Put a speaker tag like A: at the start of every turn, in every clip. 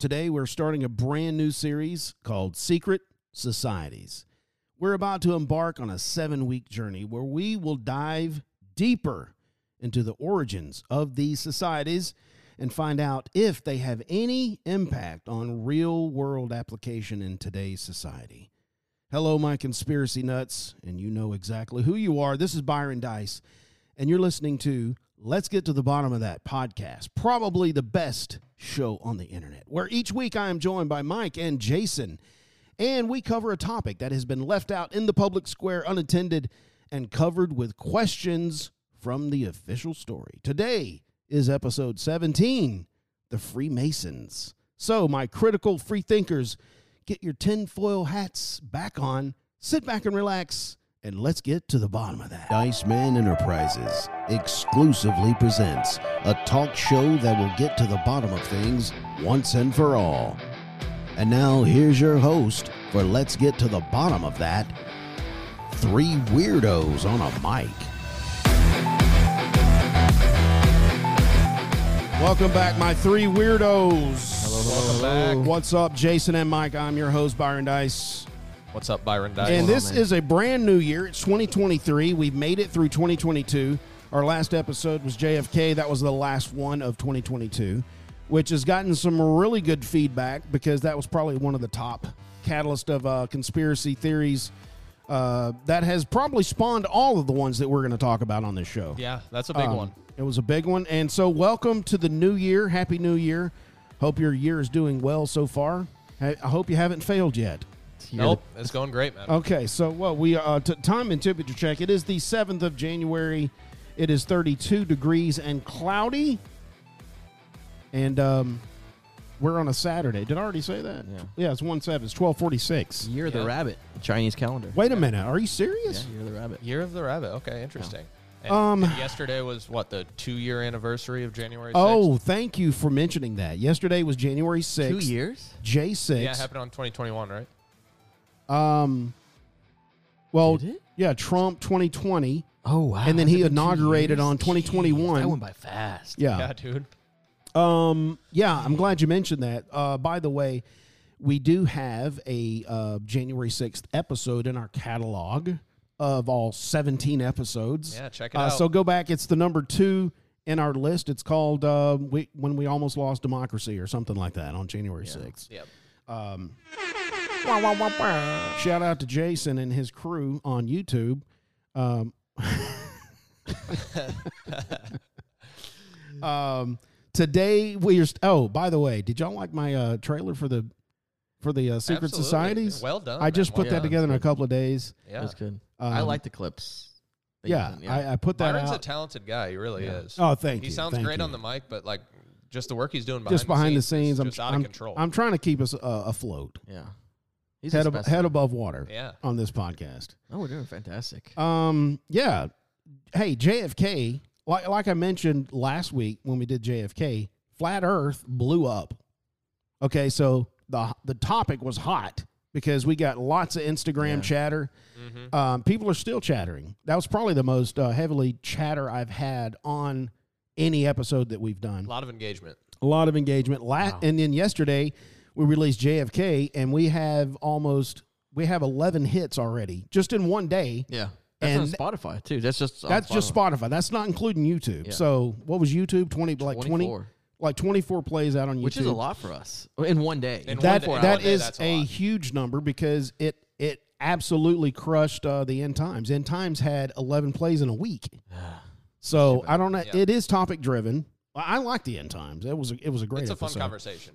A: Today, we're starting a brand new series called Secret Societies. We're about to embark on a seven week journey where we will dive deeper into the origins of these societies and find out if they have any impact on real world application in today's society. Hello, my conspiracy nuts, and you know exactly who you are. This is Byron Dice, and you're listening to Let's Get to the Bottom of That podcast, probably the best show on the internet, where each week I am joined by Mike and Jason, and we cover a topic that has been left out in the public square unattended and covered with questions from the official story. Today is episode 17 The Freemasons. So, my critical free thinkers, get your tinfoil hats back on, sit back and relax, and let's get to the bottom of that. Diceman Enterprises exclusively presents a talk show that will get to the bottom of things once and for all. And now, here's your host for Let's Get to the Bottom of That Three Weirdos on a Mic. Welcome back, my three weirdos.
B: Hello, welcome back.
A: What's up, Jason and Mike? I'm your host, Byron Dice.
B: What's up, Byron Dice?
A: and this is a brand new year. It's 2023. We've made it through 2022. Our last episode was JFK. That was the last one of 2022, which has gotten some really good feedback because that was probably one of the top catalyst of uh, conspiracy theories uh, that has probably spawned all of the ones that we're going to talk about on this show.
B: yeah, that's a big
A: Um,
B: one.
A: It was a big one. And so, welcome to the new year. Happy New Year. Hope your year is doing well so far. I I hope you haven't failed yet.
B: Nope, it's going great, man.
A: Okay, so well, we uh, t- time and temperature check. It is the seventh of January. It is thirty-two degrees and cloudy, and um, we're on a Saturday. Did I already say that?
C: Yeah.
A: it's one seven. It's twelve forty-six.
C: Year of the
B: Yeah.
C: Rabbit, Chinese calendar.
A: Wait a minute. Are you
C: Yeah,
A: serious?
C: Year of the Rabbit.
B: Year of the Rabbit. Okay, interesting. And,
A: Um,
B: and yesterday was what the two-year anniversary of January. 6th?
A: Oh, thank you for mentioning that. Yesterday was January
C: Two
A: sixth.
C: years?
A: J six.
B: yeah, it happened on 2021, right?
A: Um, well,
C: Did it?
A: yeah, Trump 2020,
C: Oh wow!
A: And then he
C: Has it been two
A: inaugurated
C: years?
A: on 2021.
C: Jeez, that went by fast.
B: yeah,
A: yeah,
B: dude.
A: um, yeah. I'm glad you mentioned that. Uh, by the way, we do have a uh, January 6th episode in our catalog of all 17 episodes.
B: Yeah, check it
A: uh,
B: out.
A: So go back. It's the number two in our list. It's called uh, we, "When We Almost Lost Democracy" or something like that on January 6th.
B: Yep.
A: Shout out to Jason and his crew on YouTube. Um, um, today we are. St- oh, by the way, did y'all like my uh, trailer for the for the uh, Secret
B: Absolutely.
A: Societies?
B: Well done.
A: I just
B: man.
A: put
B: Well
A: that
B: done.
A: together in a couple of days.
B: Yeah,
C: That's good.
A: Um,
C: I like the clips. that you've
A: Yeah,
C: done,
A: I, I put that
B: Byron's a
A: out.
B: talented guy. He really is.
A: oh, thank
B: he
A: you.
B: sounds
A: thank
B: great
A: you.
B: on the mic, but like just the work he's doing behind
A: just behind the scenes.
B: is
A: I'm,
B: just out
A: I'm,
B: of control.
A: I'm trying to keep us uh, afloat,
C: yeah. He's
A: head,
C: a
A: ab-
C: specimen.
A: head above water
B: yeah,
A: on this podcast.
C: Oh, we're doing fantastic.
A: Um, yeah. Hey, JFK, like, like I mentioned last week when we did JFK, flat earth blew up. Okay, so the the topic was hot because we got lots of Instagram
C: Yeah.
A: chatter.
B: mm-hmm.
A: Um, people are still chattering. That was probably the most uh, heavily chatter I've had on any episode that we've done
B: a lot of engagement.
A: a lot of engagement. La-
C: Wow.
A: And then yesterday we released JFK, and we have almost we have eleven hits already just in one day.
C: yeah. That's
A: and-
C: on Spotify too. That's just on
A: That's just
C: Spotify.
A: Spotify. That's not including YouTube.
C: Yeah.
A: So what was YouTube twenty like twenty
C: 24,
A: like twenty four plays out on YouTube,
C: which is a lot for us Oh, in one day.
B: In
A: That
B: One day-
A: that
B: one day,
A: is
B: that's a
A: a,
B: lot.
A: huge number because it it absolutely crushed uh, the End Times. End Times had eleven plays in a week. So I don't know.
B: Yeah.
A: It is topic driven. I I like the End Times. It was a, it was a great
B: It's a fun
A: episode
B: conversation.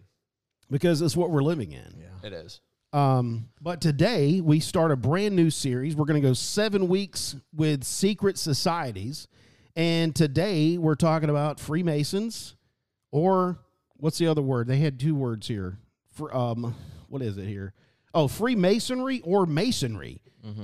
A: because it's what we're living in.
C: yeah.
B: It is.
A: Um, but today we start a brand new series. We're going to go seven weeks with secret societies, and today we're talking about Freemasons, or what's the other word? They had two words here. For um, what is it here? Oh, Freemasonry or Masonry.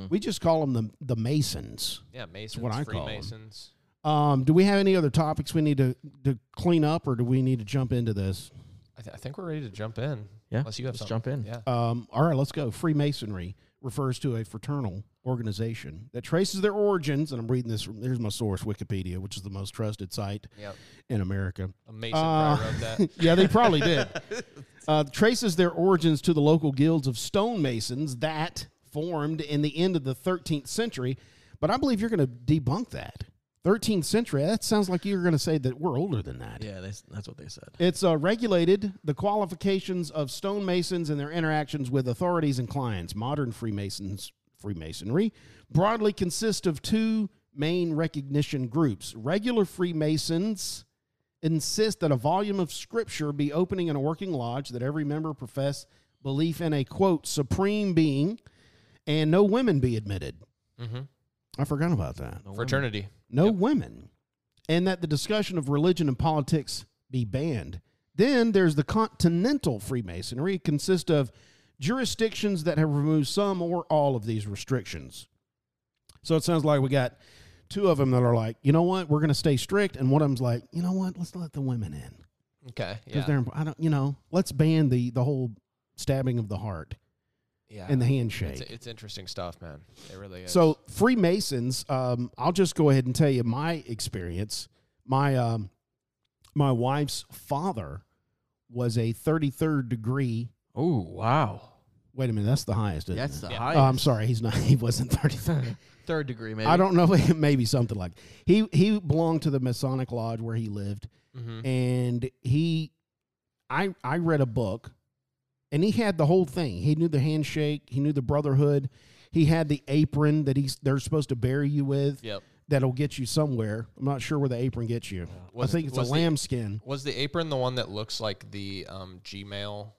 A: We just call them the the Masons.
B: Yeah, Masons,
A: what I call 'em.
B: Freemasons.
A: Um, do we have any other topics we need to to clean up, or do we need to jump into this?
B: I, th- I think we're ready to jump in.
C: Yeah,
B: Unless you have
C: let's
B: something.
A: Uh,
C: jump in.
B: Yeah.
A: Um, all right, let's go. Freemasonry. refers to a fraternal organization that traces their origins, and I'm reading this from, here's my source, Wikipedia, which is the most trusted site
B: Yep.
A: in America.
B: Amazing.
A: Uh,
B: wrote that.
A: yeah, they probably did. Uh, traces their origins to the local guilds of stonemasons that formed in the end of the 13th century. But I believe you're going to debunk that. 13th century, that sounds like you're going to say that we're older than that.
C: Yeah, that's, that's what they said.
A: It's uh, regulated the qualifications of stonemasons and their interactions with authorities and clients. Modern Freemasons Freemasonry broadly consists of two main recognition groups. Regular Freemasons insist that a volume of scripture be opening in a working lodge that every member profess belief in a quote supreme being and no women be admitted.
B: Mm-hmm.
A: I forgot about that.
B: Fraternity.
A: No women, and that the discussion of religion and politics be banned. Then there's the continental Freemasonry, consist of jurisdictions that have removed some or all of these restrictions. So it sounds like we got two of them that are like, you know what, we're going to stay strict, and one of them's like, you know what, let's let the women in
B: Okay.
A: because
B: Yeah.
A: they're, imp- I don't, you know, let's ban the the whole stabbing of the heart
B: Yeah.
A: and the
B: it's,
A: handshake.
B: it's interesting stuff, man. It really is.
A: So Freemasons, um, I'll just go ahead and tell you my experience. My um, my wife's father was a 33rd degree.
C: Oh, wow.
A: Wait a minute, that's the highest. Isn't
C: That's
A: it?
C: the
B: Yeah.
C: highest.
A: Oh, I'm sorry, he's not. He wasn't 33rd.
C: Third degree, maybe.
A: I don't know. Maybe something like he he belonged to the Masonic lodge where he lived,
B: hmm
C: Mm-hmm.
A: and he, I I read a book, and he had the whole thing. He knew the handshake. He knew the brotherhood. He had the apron that he's they're supposed to bury you with.
B: Yep.
A: that'll get you somewhere. I'm not sure where the apron gets you. I
B: Was-
A: think it's a
B: was the-
A: lambskin.
B: Was the apron the one that looks like the um, Gmail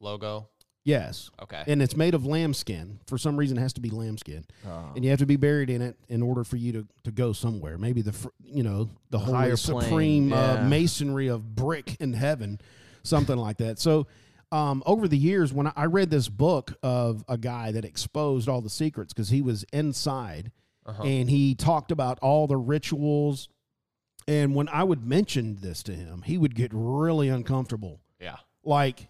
B: logo?
A: Yes.
B: Okay.
A: And it's made of lambskin. For some reason, it has to be lambskin,
C: Oh.
A: and you have to be buried in it in order for you to, to go somewhere. Maybe the fr- you know the, holy
C: higher plane,
A: supreme uh,
C: yeah.
A: masonry of brick in heaven, something like that. So, um, over the years, when I, I read this book of a guy that exposed all the secrets because he was inside,
B: Uh-huh.
A: and he talked about all the rituals. And when I would mention this to him, he would get really uncomfortable.
B: Yeah.
A: Like,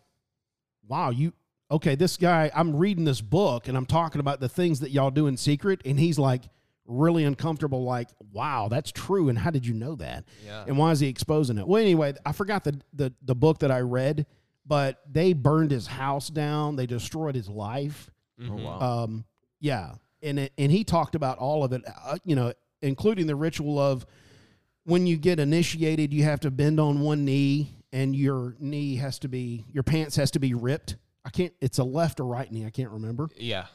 A: wow, you okay? This guy, I'm reading this book and I'm talking about the things that y'all do in secret, and he's like really uncomfortable. Like, wow, that's true. And how did you know that?
B: Yeah.
A: And why is he exposing it? Well, anyway, I forgot the the, the book that I read, but they burned his house down. They destroyed his life.
C: Oh,
B: Mhm.
C: wow.
A: Um, yeah, and it, and he talked about all of it, uh, you know, including the ritual of when you get initiated, you have to bend on one knee, and your knee has to be your pants has to be ripped. I can't. It's a left or right knee. I can't remember.
B: Yeah.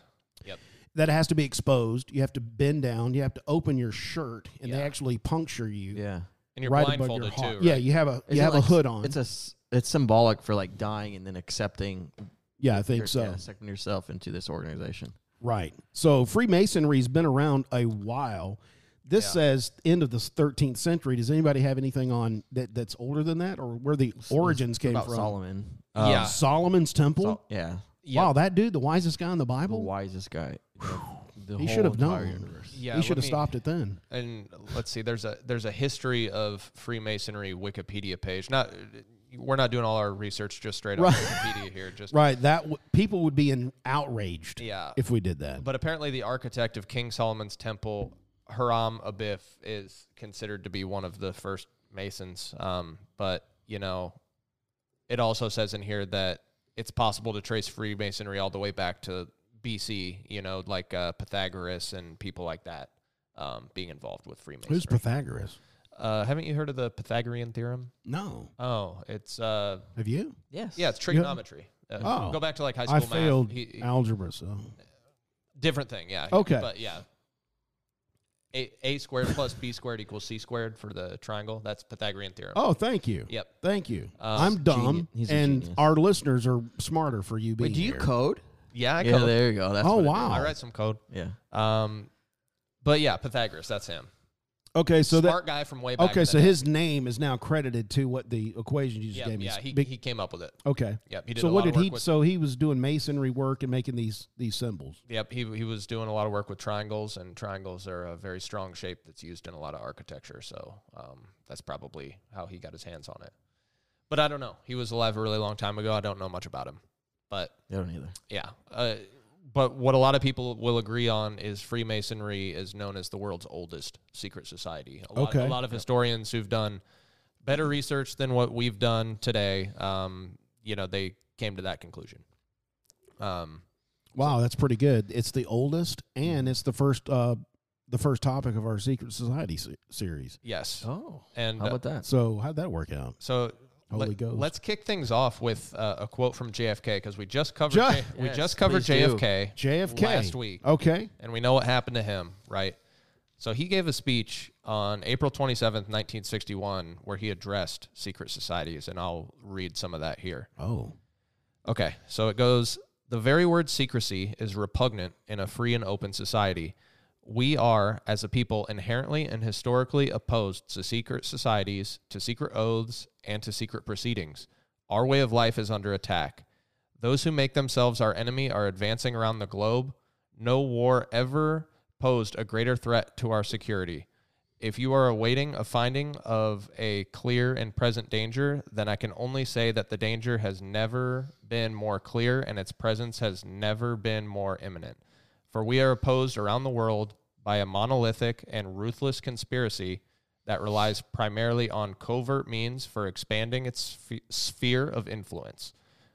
B: Yep.
A: That has to be exposed. You have to bend down. You have to open your shirt, and they
B: Yeah.
A: actually puncture you
C: yeah.
B: And you're
A: right above your
B: blindfolded
A: heart.
B: too.
A: Yeah,
B: right?
A: you have a you
C: Isn't
A: have
C: it
A: a
C: like-
A: hood on.
C: It's a s- it's symbolic for like dying and then accepting
A: yeah, I think
C: your-
A: so.
C: yeah, accepting yourself into this organization.
A: Right. So Freemasonry's been around a while. This
B: Yeah.
A: says end of the 13th century. Does anybody have anything on that that's older than that, or where the origins came
C: About
A: from?
C: Solomon.
A: Uh,
B: Yeah.
A: Solomon's Temple.
C: Sol- yeah.
B: Yeah.
A: Wow, that dude, the wisest guy in the
C: The
A: Bible.
C: wisest guy. in The, the
A: He
C: whole
A: should have
C: entire
A: known.
C: universe.
B: Yeah.
A: he
B: let
A: should have
B: me-
A: stopped it then.
B: and let's see there's a there's a history of freemasonry wikipedia page not we're not doing all our research just straight
A: Right.
B: on wikipedia here just
A: Right. That w- people would be in outraged
B: yeah
A: if we did that.
B: but apparently the architect of king solomon's temple hiram abiff is considered to be one of the first masons um, but you know it also says in here that it's possible to trace freemasonry all the way back to bc you know like uh, pythagoras and people like that um, being involved with freemasonry
A: Who's Pythagoras?
B: uh, haven't you heard of the Pythagorean theorem?
A: No.
B: Oh, it's uh,
A: Have you?
C: Yes.
B: yeah, it's trigonometry. Uh,
A: Oh.
B: go back to like high school.
A: I
B: math.
A: failed
B: He- he-
A: algebra, so
B: different thing. Yeah.
A: Okay.
B: But yeah, a, a squared plus b squared equals c squared for the triangle. That's Pythagorean theorem.
A: Oh, thank you.
B: Yep.
A: Thank you.
B: Uh,
A: I'm dumb,
C: geni- he's a
A: and
C: genius.
A: our listeners are smarter for you being
C: Wait, do you
A: here.
C: code?
B: Yeah. I
C: yeah,
B: code.
C: there you go. That's
A: Oh,
C: what it
A: wow.
B: I write some code.
C: is. Yeah.
B: Um, but yeah, Pythagoras. That's him.
A: Okay, so that
B: Smart guy from way back.
A: Okay,
B: in
A: so
B: the
A: his name is now credited to what the equation you just
B: day.
A: gave me.
B: yeah, yeah,
A: is
B: he,
A: big-
B: he came up with it.
A: okay.
B: Yep. He did
A: So
B: a
A: what
B: lot
A: did
B: of work
A: he?
B: with
A: So he was doing masonry work and making these these symbols.
B: Yep, he he was doing a lot of work with triangles, and triangles are a very strong shape that's used in a lot of architecture. So um, that's probably how he got his hands on it. But I don't know. He was alive a really long time ago. I don't know much about him. But
C: I don't either.
B: yeah, uh, but what a lot of people will agree on is Freemasonry is known as the world's oldest secret society. A lot,
A: Okay.
B: a lot of historians who've done better research than what we've done today, um, you know, they came to that conclusion. Um,
A: Wow, that's pretty good. It's the oldest, and it's the first uh, the first topic of our secret society se- series.
B: yes.
C: Oh,
B: And
C: how
B: uh,
C: about that?
A: So how'd that work out?
B: So
A: Holy
B: let,
A: Ghost.
B: us kick things off with uh, a quote from JFK because we just covered
A: Ju-
B: J- we
C: Yes,
B: just covered
C: please do.
B: JFK
A: JFK
B: last week,
A: Okay,
B: and we know what happened to him, right? So he gave a speech on April twenty seventh, nineteen sixty one, where he addressed secret societies, and I'll read some of that here.
A: Oh,
B: Okay, so it goes the very word secrecy is repugnant in a free and open society. We are, as a people, inherently and historically opposed to secret societies, to secret oaths, and to secret proceedings. Our way of life is under attack. Those who make themselves our enemy are advancing around the globe. No war ever posed a greater threat to our security. If you are awaiting a finding of a clear and present danger, then I can only say that the danger has never been more clear and its presence has never been more imminent. For we are opposed around the world by a monolithic and ruthless conspiracy that relies primarily on covert means for expanding its sphe- sphere of influence,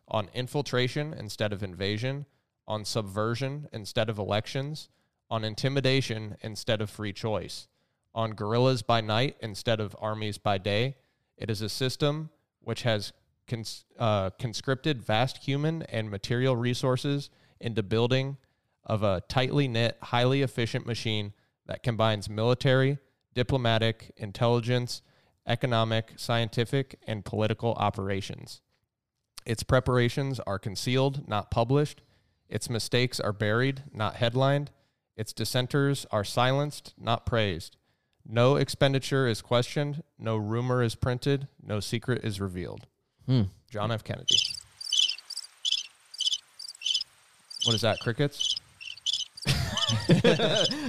B: on infiltration instead of invasion, on subversion instead of elections, on intimidation instead of free choice on guerrillas by night instead of armies by day. It is a system which has cons- uh, conscripted vast human and material resources into building of a tightly knit, highly efficient machine that combines military, diplomatic, intelligence, economic, scientific, and political operations. Its preparations are concealed, not published. Its mistakes are buried, not headlined. Its dissenters are silenced, not praised. No expenditure is questioned. No rumor is printed. No secret is revealed. John F. Kennedy. What is that? Crickets?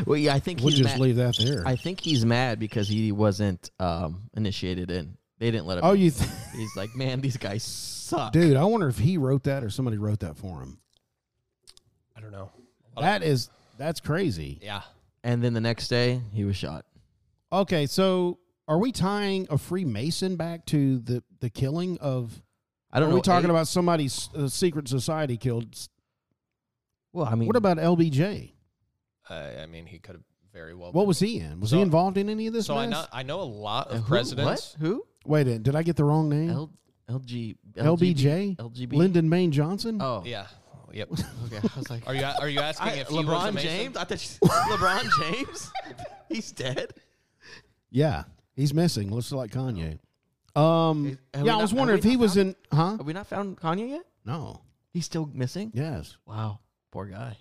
C: Well, yeah, I think
A: we'll
C: he's
A: just
C: mad.
A: leave that there.
C: I think he's mad because he wasn't um, initiated in. They didn't let him.
A: oh,
C: in.
A: you, th-
C: He's like, man, these guys suck.
A: dude. I wonder if he wrote that or somebody wrote that for him.
B: I don't know.
A: That is that's crazy.
B: Yeah.
C: And then the next day, he was shot.
A: Okay, so are we tying a Freemason back to the the killing of?
C: I don't
A: Are
C: know. eh?
A: we talking
C: eight-
A: about somebody's uh, secret society killed? s-
C: Well, I mean,
A: What about LBJ?
B: I I mean, he could have very well.
A: What
B: been.
A: was he in? Was
B: So-
A: he involved in any of this?
B: so? I
A: mess?
B: know. I know a lot
C: Uh,
B: of
C: who-
B: presidents.
C: What? Who?
A: Wait, a minute, did I get the wrong name?
C: L, LG,
A: LBJ?
C: LGB.
A: Lyndon Bain Johnson.
C: Oh,
B: Yeah. Yep.
C: Okay, I was like,
B: Are you Are you asking
C: I-
B: if he was a
C: LeBron
B: Mason?
C: James? I thought you, LeBron James. He's dead.
A: yeah, he's missing. Looks like Kanye. Um,
C: Is- have
A: yeah,
C: we
A: I was
C: not-
A: wondering if
C: have we
A: he
C: not
A: was
C: found
A: in. Huh?
C: Have we not found Kanye yet?
A: No.
C: He's still missing.
A: Yes,
C: Wow, poor guy.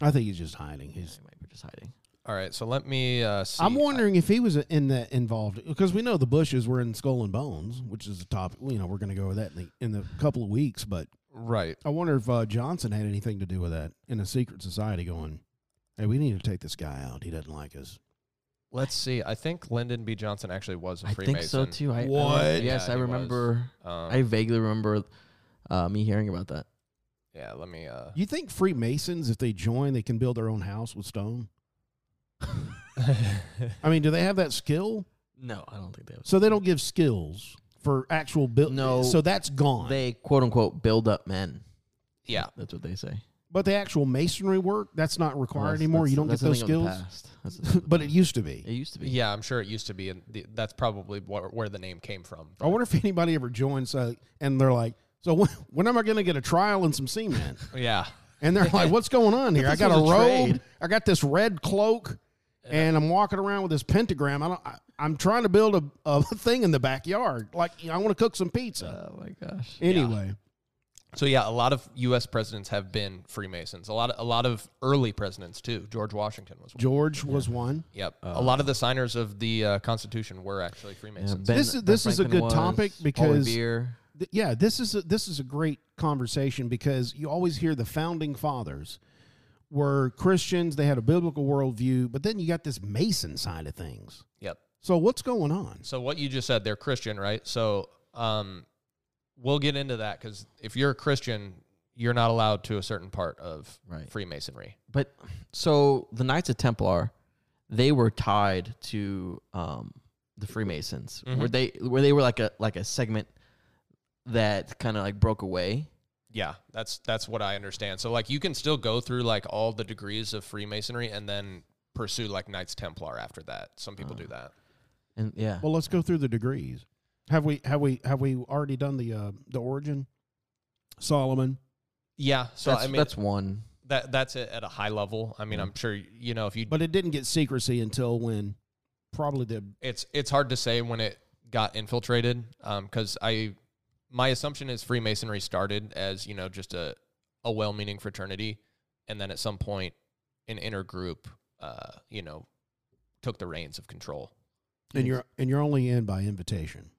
A: I think he's just hiding. He's.
C: He might be just hiding.
B: All right. So let me. Uh, see.
A: I'm wondering if he was in that involved because we know the Bushes were in Skull and Bones, which is a topic. You know, we're going to go over that in the in the couple of weeks. But
B: Right.
A: I wonder if uh, Johnson had anything to do with that in a secret society going. Hey, we need to take this guy out. He doesn't like us.
B: Let's see. I think Lyndon B. Johnson actually was a
C: I
B: Freemason.
C: think so too. I, I
A: What?
C: remember- yes,
B: Yeah,
C: I
B: he was.
C: remember.
B: Um,
C: I vaguely remember uh, me hearing about that.
B: yeah. Let me. Uh,
A: You think Freemasons, if they join, they can build their own house with stone? I mean, do they have that skill?
C: No, I don't think they. Was.
A: So they don't give skills for actual build.
C: No.
A: so that's gone.
C: They quote unquote build up men.
B: yeah.
C: That's what they say.
A: but the actual masonry work, that's not required
C: That's-
A: anymore.
C: that's-
A: you don't get
C: that's
A: those
C: a thing of the
A: skills.
C: past. That's a thing of the
A: But it
C: past.
A: used to be.
C: it used to be.
B: Yeah, I'm sure it used to be, and the, that's probably wh- where the name came from.
A: I wonder if anybody ever joins uh, and they're like, "So when, when am I going to get a trial and some semen?"
B: Yeah,
A: And they're like, "What's going on here? I
C: This
A: got a
C: was a
A: robe.
C: trade.
A: I got this red cloak, and I'm walking around with this pentagram. I don't, I, I'm trying to build a, a thing in the backyard. Like you know, I want to cook some pizza.
C: Oh my gosh.
A: Anyway,
B: so yeah, a lot of U.S. presidents have been Freemasons. A lot, of, a lot of early presidents too. George Washington was. one.
A: George was one.
B: Yep,
C: Um,
B: a lot of the signers of the uh, Constitution were actually Freemasons.
A: This is- this is a
C: Franklin
A: good topic
C: Paul
A: because-
C: Revere.
A: Th- yeah this is a, this is a great conversation because you always hear the founding fathers were christians they had a biblical worldview but then you got this mason side of things
B: yep.
A: so what's going on
B: So what you just said, they're Christian, right? So um, we'll get into that because if you're a Christian, you're not allowed to a certain part of
C: Right.
B: Freemasonry.
C: But so the Knights of Templar, they were tied to um, the Freemasons.
B: Mm-hmm.
C: Were they where they were like a like a segment that kind of like broke away?
B: Yeah, that's that's what I understand. So like you can still go through like all the degrees of Freemasonry and then pursue like Knights Templar after that. Some people do
C: Ah.
B: that.
C: And yeah.
A: Well, let's go through the degrees. Have we have we have we already done the uh, the origin? Solomon.
B: Yeah, so
C: that's,
B: I mean
C: that's one.
B: that that's it at a high level. I mean, I'm sure you know if you
A: But it didn't get secrecy until when probably the
B: it's it's hard to say when it got infiltrated because I my assumption is Freemasonry started as you know just a a well-meaning fraternity, and then at some point an inner group uh, you know took the reins of control.
A: and you're and you're only in by invitation.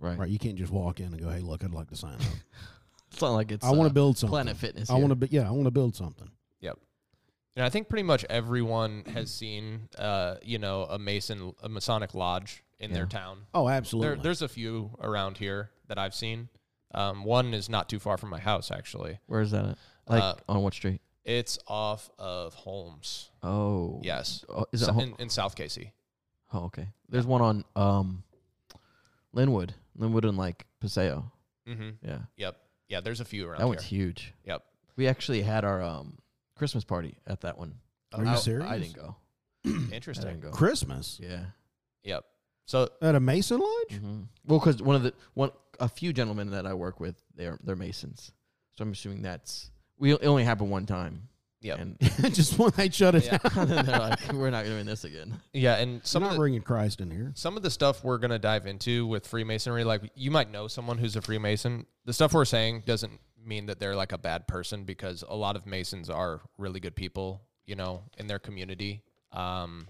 C: Right.
A: Right. You can't just walk in and go, Hey, look, I'd like to sign up.
C: It's not like it's
A: I want
C: uh,
A: to build something.
C: Planet Fitness.
A: I want to be yeah, I want to build something.
B: And I think pretty much everyone has seen uh, you know a Mason a Masonic lodge in their
C: Yeah.
B: town.
A: Oh, absolutely.
B: There, there's a few around here that I've seen. Um, one is not too far from my house actually.
C: Where is that? At? Like
B: Uh,
C: on what street?
B: It's off of Holmes.
C: Oh.
B: Yes.
C: Oh, is it?
B: So-
C: Hol-
B: in, in South Casey.
C: oh, okay. There's one on um, Linwood, Linwood and like Paseo.
B: hmm
C: Yeah.
B: Yep. Yeah. There's a few around
C: That
B: here.
C: one's huge.
B: Yep.
C: We actually had our um Christmas party at that one.
A: Are you
B: I-
C: I-
A: serious?
C: I didn't go. I
B: Interesting.
C: didn't go.
A: Christmas
C: Yeah.
B: Yep. So
A: at a Mason lodge?
B: Mm-hmm.
C: hmm Well, because one of the one a few gentlemen that I work with, they're they're masons, so I'm assuming that's we it only happened one time.
B: Yep.
C: And
A: just when they shut it
B: Yeah.
A: down.
C: and then they're like, we're not doing this again.
B: yeah, and
A: I'm
B: some of
A: not
B: the,
A: bringing Christ in here.
B: some of the stuff we're gonna dive into with Freemasonry, like you might know someone who's a Freemason. The stuff we're saying doesn't mean that they're like a bad person because a lot of Masons are really good people, you know, in their community. Um,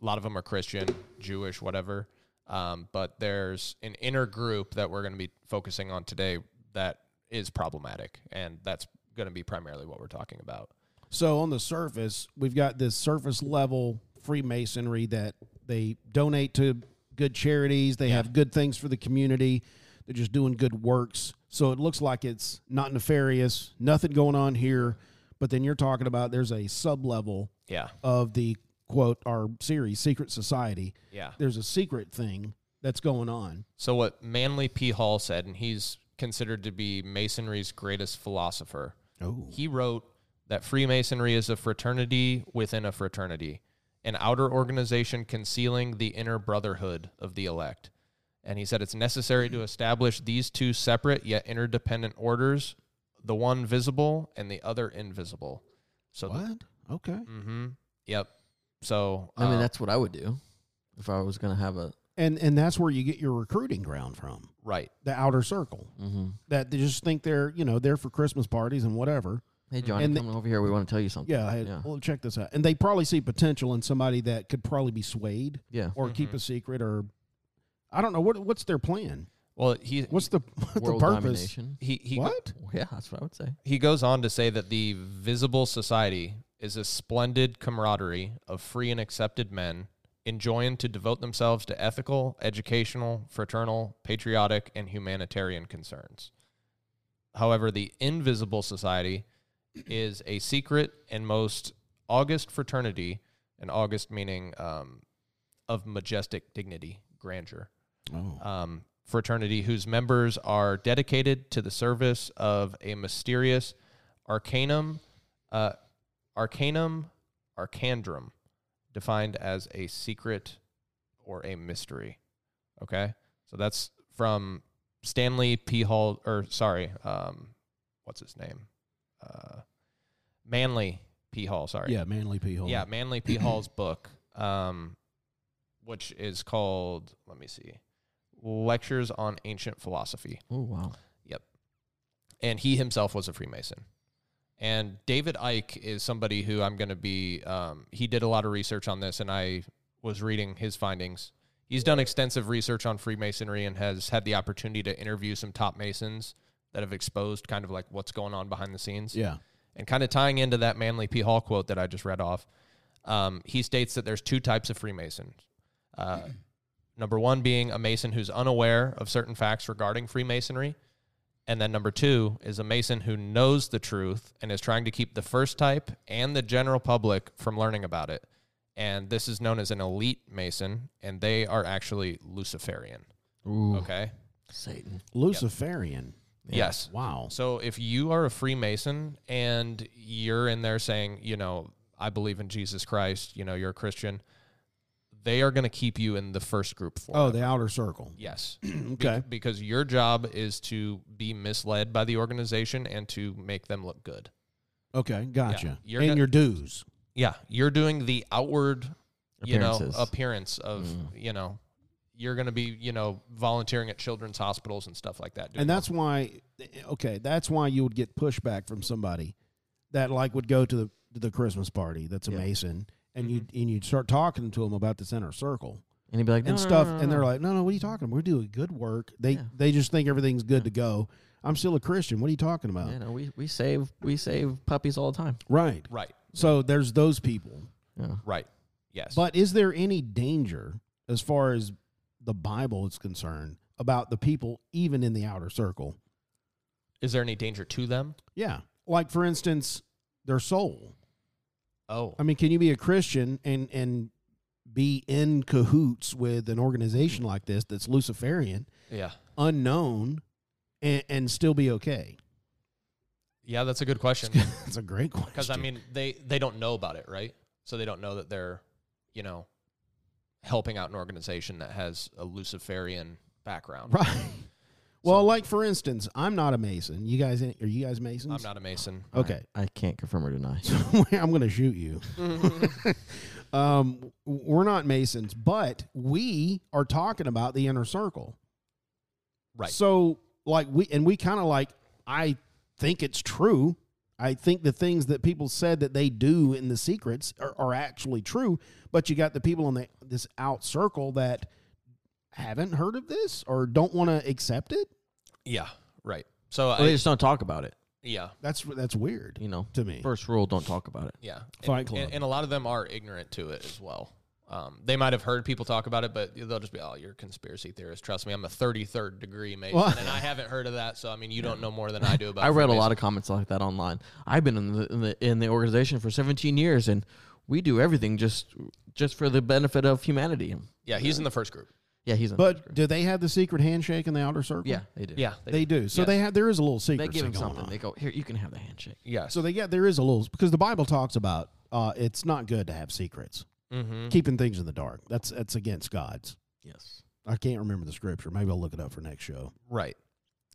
B: a lot of them are Christian, Jewish, whatever. Um, but there's an inner group that we're gonna be focusing on today that is problematic, and that's gonna be primarily what we're talking about.
A: So on the surface, we've got this surface level Freemasonry that they donate to good charities. They have good things for the community. They're just doing good works. So it looks like it's not nefarious, nothing going on here. But then you're talking about there's a sub level
B: Yeah.
A: of the quote our series, Secret Society.
B: Yeah.
A: There's a secret thing that's going on.
B: So what Manly P. Hall said, and he's considered to be Masonry's greatest philosopher.
A: Oh.
B: He wrote that Freemasonry is a fraternity within a fraternity, an outer organization concealing the inner brotherhood of the elect. And he said it's necessary to establish these two separate yet interdependent orders, the one visible and the other invisible. So
A: What? Okay.
B: hmm Yep. So
C: I mean,
B: uh,
C: that's what I would do if I was gonna have a.
A: And and that's where you get your recruiting ground from.
B: right.
A: The outer circle.
B: Mm-hmm.
C: mhm.
A: that they just think they're you know there for Christmas parties and whatever.
C: Hey, Johnny,
A: And the-
C: come over here. We want to tell you something.
A: Yeah, hey,
C: yeah,
A: well check this out, and they probably see potential in somebody that could probably be swayed
C: yeah.
B: Mm-hmm.
A: or keep a secret or I don't know what what's their plan.
B: Well, he
A: What's the what's the
C: World
A: purpose?
C: domination.
B: he he
A: What?
C: Yeah, that's what I would say.
B: he goes on to say that the visible society is a splendid camaraderie of free and accepted men enjoined to devote themselves to ethical, educational, fraternal, patriotic, and humanitarian concerns. However, the invisible society is a secret and most august fraternity, and august meaning um, of majestic dignity, grandeur
A: Oh.
B: um, fraternity whose members are dedicated to the service of a mysterious arcanum, uh, arcanum arcandrum, defined as a secret or a mystery. Okay, so that's from Stanley P. Hall, or sorry, um, what's his name? Uh, Manly P. Hall. Sorry,
A: Yeah, Manly P. Hole.
B: yeah, Manly P. Hall's book, um, which is called, let me see, Lectures on Ancient Philosophy.
C: Oh wow.
B: And he himself was a Freemason. And David Ike is somebody who I'm going to be, um, he did a lot of research on this, and I was reading his findings. He's done extensive research on Freemasonry and has had the opportunity to interview some top Masons that have exposed kind of like what's going on behind the scenes.
A: yeah.
B: And kind of tying into that Manly P. Hall quote that I just read off, um, he states that there's two types of Freemasons. Uh, number one being a Mason who's unaware of certain facts regarding Freemasonry, And then number two is a Mason who knows the truth and is trying to keep the first type and the general public from learning about it. And this is known as an elite Mason, and they are actually Luciferian.
C: Ooh,
B: Okay.
C: Satan.
A: Luciferian.
B: Yes.
A: Wow.
B: So if you are a Freemason and you're in there saying, you know, I believe in Jesus Christ, you know, you're a Christian, they are going to keep you in the first group for
A: Oh, the outer circle.
B: Yes.
A: Okay.
B: because your job is to be misled by the organization and to make them look good.
A: Okay, gotcha.
B: You're
A: and
B: go-
A: your dues.
B: Yeah, you're doing the outward, you know,
C: Appearances.
B: appearance of,
A: Mm.
B: you know, you're going to be, you know, volunteering at children's hospitals and stuff like that. doing
A: And that's why okay, that's why you would get pushback from somebody that like would go to the to the Christmas party that's a Mason and you and you'd start talking to them about this inner circle
C: And he'd be like,
A: and stuff and they're like, "No, no, what are you talking about? We're doing good work." They they just think everything's good to go. I'm still a Christian. What are you talking about?
C: you know, we, we save we save puppies all the time.
A: Right.
B: right,
A: So there's those people.
B: right. Yes.
A: But is there any danger as far as the Bible is concerned about the people even in the outer circle?
B: is there any danger to them?
A: Yeah. Like for instance, their soul.
B: Oh,
A: I mean, can you be a Christian and and be in cahoots with an organization like this that's Luciferian,
B: yeah.
A: unknown, and, and still be okay?
B: Yeah, that's a good question.
A: That's a great question.
B: Because I mean, they they don't know about it, right? So they don't know that they're, you know, helping out an organization that has a Luciferian background.
A: right? Well, like for instance, I'm not a Mason. You guys, in- are you guys Masons?
B: I'm not a Mason.
A: Okay,
C: I can't confirm or deny.
A: I'm going to shoot you. um, we're not Masons, but we are talking about the inner circle.
B: Right.
A: So, like, we, and we kind of like, I think it's true. I think the things that people said that they do in the secrets are, are actually true, but you got the people in the, this out circle that haven't heard of this or don't want to accept it.
B: Yeah. Right. So
C: Well, they
B: I,
C: just don't talk about it.
B: yeah,
A: That's that's weird
C: You know,
A: to me.
C: first rule: don't talk about it.
B: yeah. And-
A: Fight
B: and,
A: Club.
B: And, a lot of them are ignorant to it as well. Um, they might have heard people talk about it, but they'll just be, "Oh, you're a conspiracy theorist." Trust me, I'm a 33rd degree Mason,
A: Well-
B: and I haven't heard of that. So I mean, you don't know more than I do about.
C: I read a
B: Freemasons.
C: lot of comments like that online. I've been in the, in the in the organization for 17 years, and we do everything just just for the benefit of humanity.
B: Yeah, he's in the first group.
C: Yeah, he's in the first
A: But
C: group.
A: do they have the secret handshake in the outer circle?
C: yeah, they do.
B: Yeah,
A: They do. So they have there is a little secret.
C: they give him
A: going
C: something.
A: on.
C: They go here. You can have the handshake.
B: yeah.
A: so they get there is a little because the Bible talks about uh, it's not good to have secrets,
B: mm-hmm.
A: keeping things in the dark. That's that's against God's.
C: Yes.
A: I can't remember the scripture. Maybe I'll look it up for next show.
B: Right.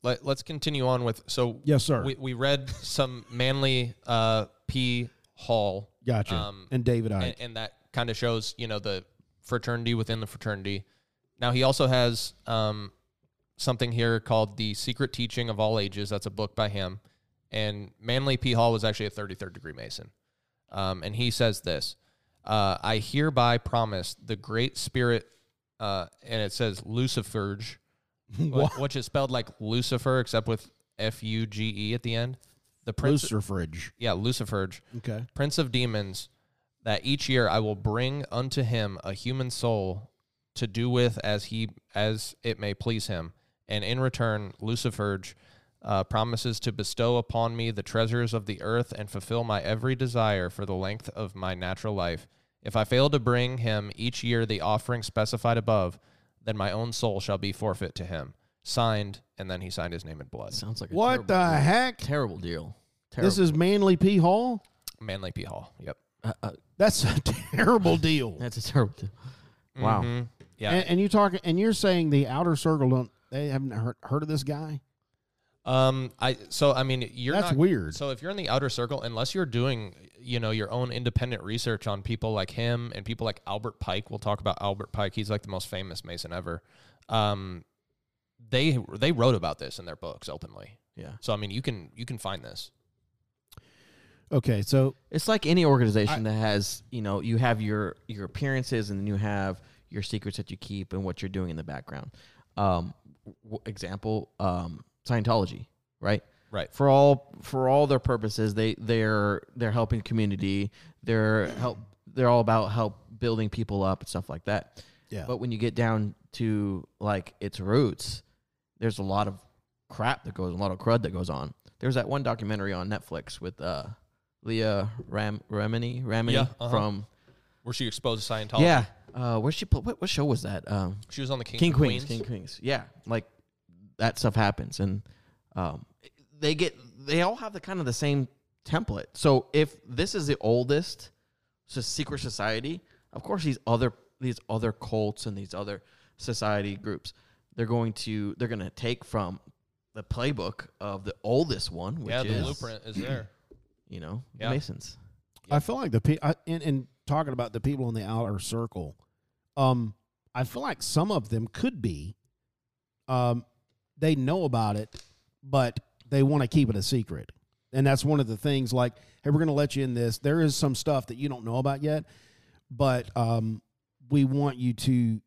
B: Let, let's continue on with. So
A: Yes, sir.
B: we, we read some Manly uh, P. Hall,
A: gotcha.
B: Um,
A: and David Icke.
B: and, and that kind of shows you know the fraternity within the fraternity. Now he also has um, something here called the Secret Teaching of All Ages. That's a book by him, and Manly P. Hall was actually a 33rd degree Mason, um, and he says this: uh, "I hereby promise the Great Spirit." Uh, and it says Luciferge, wh- which is spelled like Lucifer except with F U G E at the end. The prince,
A: Rooster fridge.
B: yeah, Luciferge,
A: Okay.
B: prince of demons, that each year I will bring unto him a human soul to do with as he as it may please him, and in return Luciferge uh, promises to bestow upon me the treasures of the earth and fulfill my every desire for the length of my natural life. If I fail to bring him each year the offering specified above, then my own soul shall be forfeit to him. Signed, and then he signed his name in blood.
C: Sounds like a
A: What
C: terrible,
A: the heck?
C: terrible deal. Terrible.
A: This is Manly P. Hall.
B: Manly P. Hall. Yep.
C: uh, uh,
A: That's a terrible deal.
C: that's a terrible deal. Wow.
B: Mhm. Yeah.
A: And, and you talking and you're saying the outer circle don't they haven't heard, heard of this guy?
B: Um, I so I mean you're
A: That's
B: not-
A: weird.
B: So if you're in the outer circle, unless you're doing you know your own independent research on people like him and people like Albert Pike, we'll talk about Albert Pike. He's like the most famous Mason ever. Um, they they wrote about this in their books openly.
C: Yeah.
B: So I mean you can you can find this.
A: Okay, so
C: It's like any organization that has, you know, you have your your appearances and then you have your secrets that you keep and what you're doing in the background. Um, w- example, um, Scientology, right?
B: Right.
C: For all for all their purposes, they they're they're helping community. They're help. They're all about help building people up and stuff like that.
A: Yeah.
C: But when you get down to like its roots, there's a lot of crap that goes, a lot of crud that goes on. There was that one documentary on Netflix with uh, Leah Ram Remini Ramini
B: Yeah, uh-huh.
C: from
B: Where she exposed Scientology.
C: yeah. Uh, where she pl- what, what show was that? Um,
B: She was on the King,
C: King,
B: of
C: Queens.
B: Queens.
C: King Queens. Yeah, like that stuff happens, and um, they get they all have the kind of the same template. So if this is the oldest, so secret society, of course these other these other cults and these other society groups, they're going to they're going to take from the playbook of the oldest one, which
B: yeah, the
C: is
B: blueprint is there.
C: you know
B: Yeah.
C: the Masons.
A: I feel like the pe- I, in, in talking about the people in the outer circle, um, I feel like some of them could be, um, they know about it, but they want to keep it a secret, and that's one of the things. Like, hey, we're going to let you in this. There is some stuff that you don't know about yet, but um, we want you to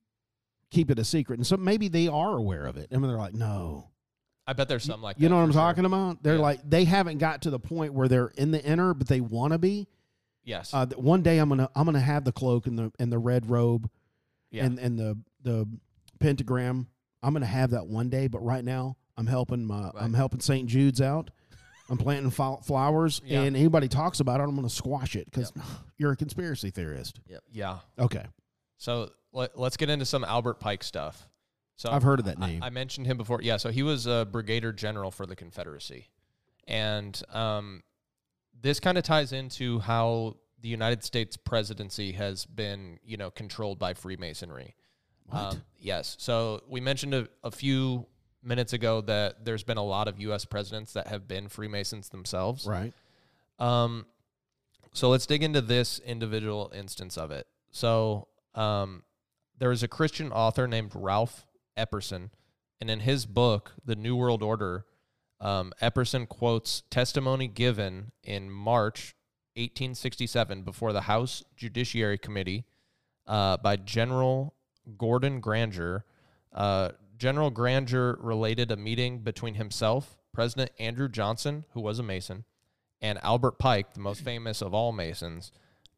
A: keep it a secret. And so maybe they are aware of it, and they're like, no,
B: I bet there's some like
A: you
B: that
A: know what
B: for
A: I'm
B: sure.
A: talking about? They're
B: Yeah.
A: like they haven't got to the point where they're in the inner, but they want to be
B: Yes.
A: uh, that one day I'm gonna I'm gonna have the cloak and the and the red robe
B: yeah.
A: and and the the pentagram. I'm gonna have that one day, but right now I'm helping my I'm
C: Right.
A: helping St. Jude's out. I'm planting fol- flowers,
B: Yeah.
A: and anybody talks about it, I'm gonna squash it because you're a conspiracy theorist.
B: yeah.
A: Okay,
B: So let, let's get into some Albert Pike stuff. So
A: I've heard of that
B: I-
A: name.
B: I mentioned him before. Yeah, so he was a brigadier general for the Confederacy. And um, this kind of ties into how the United States presidency has been, you know, controlled by Freemasonry.
A: What?
B: Um, yes. So we mentioned a, a few minutes ago that there's been a lot of U.S. presidents that have been Freemasons themselves.
A: right?
B: Um, so let's dig into this individual instance of it. So um, there is a Christian author named Ralph Epperson, and in his book, The New World Order, um, Epperson quotes testimony given in March 1867 before the House Judiciary Committee uh, by General Gordon Granger. Uh, General Granger related a meeting between himself, President Andrew Johnson, who was a Mason, and Albert Pike, the most famous of all Masons,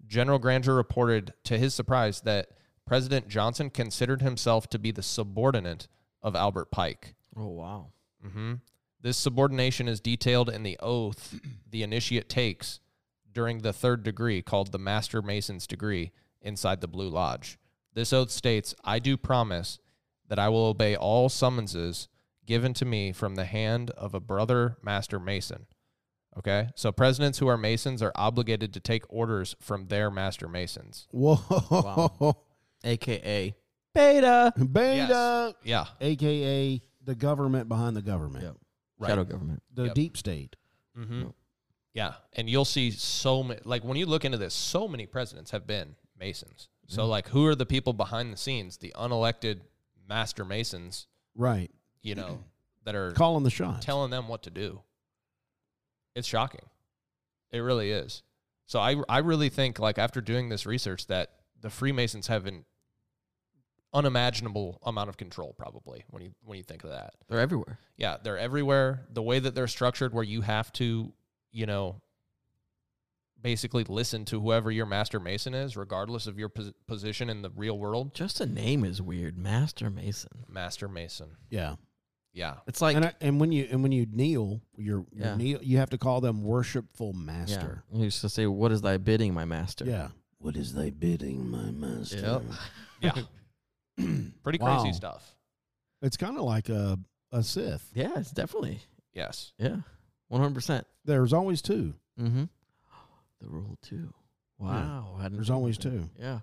B: General Granger reported to his surprise that President Johnson considered himself to be the subordinate of Albert Pike.
C: Oh wow,
B: hmm This subordination is detailed in the oath the initiate takes during the third degree, called the Master Mason's degree, inside the Blue Lodge. This oath states, I do promise that I will obey all summonses given to me from the hand of a brother Master Mason. Okay, so presidents who are Masons are obligated to take orders from their Master Masons.
A: Whoa,
C: aka Beta
A: Beta,
B: Yeah,
A: aka the government behind the government,
C: Yep.
B: right.
C: shadow government.
A: the
B: Yep.
A: deep state.
B: Mm-hmm. Yeah, and you'll see so many. Like when you look into this, so many presidents have been Masons. So like, who are the people behind the scenes, the unelected master Masons?
A: Right,
B: You know, that are
A: calling the shots.
B: telling them what to do. It's shocking. It really is. So I I really think like after doing this research that the Freemasons have an unimaginable amount of control probably when you when you think of that.
C: They're everywhere.
B: Yeah, they're everywhere. The way that they're structured, where you have to, you know, basically listen to whoever your master mason is, regardless of your pos- position in the real world.
C: Just the name is weird. Master Mason.
B: Master mason.
A: yeah.
B: Yeah.
C: It's like
A: and, I, and when you and when you kneel, you're, you're
C: Yeah.
A: kneel, you have to call them worshipful master.
C: Yeah. He used to say, "What is thy bidding, my master?"
A: Yeah. What is thy bidding, my master?
B: Yeah. Pretty crazy
A: Wow.
B: stuff.
A: It's kind of like a a Sith.
C: Yeah, it's definitely.
B: Yes.
C: Yeah, one hundred percent.
A: There's always two.
C: Mm-hmm. The rule two. Wow. I didn't
A: There's
C: think
A: always
C: of that.
A: two.
C: Yeah.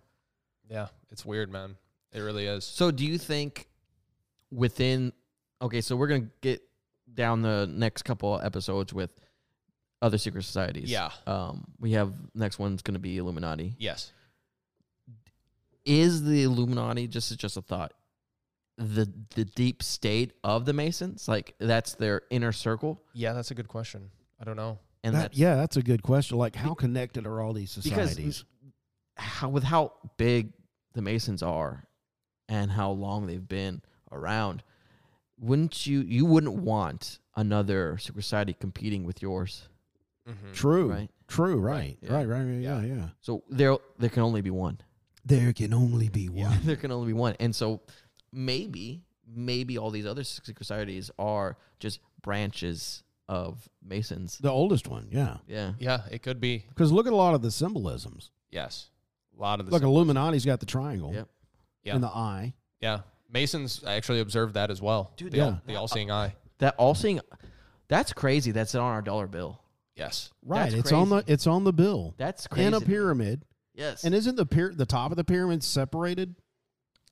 B: Yeah. It's weird, man. It really is.
C: So, do you think within? Okay, so we're gonna get down the next couple episodes with other secret societies.
B: Yeah.
C: Um, we have next one's gonna be Illuminati.
B: Yes.
C: is the Illuminati just it's just a thought? The the deep state of the Masons, like that's their inner circle,
B: Yeah, that's a good question. I don't know.
C: and
A: That-
C: that's
A: yeah, that's a good question. Like, how connected are all these
C: because
A: societies?
C: how with how big the Masons are, and how long they've been around, wouldn't you you wouldn't want another secret society competing with yours?
B: Mm-hmm.
A: True.
C: hmm, Right.
A: True. Right.
C: yeah.
A: Right. Right. right, Yeah. Yeah.
C: So there there can only be one.
A: There can only be
B: Yeah.
A: one.
C: there can only be one, and so maybe maybe all these other secret societies are just branches of Masons.
A: The oldest one, yeah.
C: Yeah.
B: Yeah, it could be.
A: Because look at a lot of the symbolisms.
B: Yes, a lot of the
A: Look, Illuminati's got the triangle
C: Yep.
B: Yeah.
A: and the eye.
B: Yeah, Masons actually observed that as well.
C: Dude,
B: the,
A: yeah.
B: all, the all-seeing eye.
C: That all seeing that's crazy. That's on our dollar bill.
B: Yes.
A: Right.
C: That's
A: it's on the
C: crazy.
A: it's on the bill.
C: That's crazy.
A: In a
C: to me.
A: pyramid.
C: Yes.
A: And isn't the pyra- the top of the pyramid separated?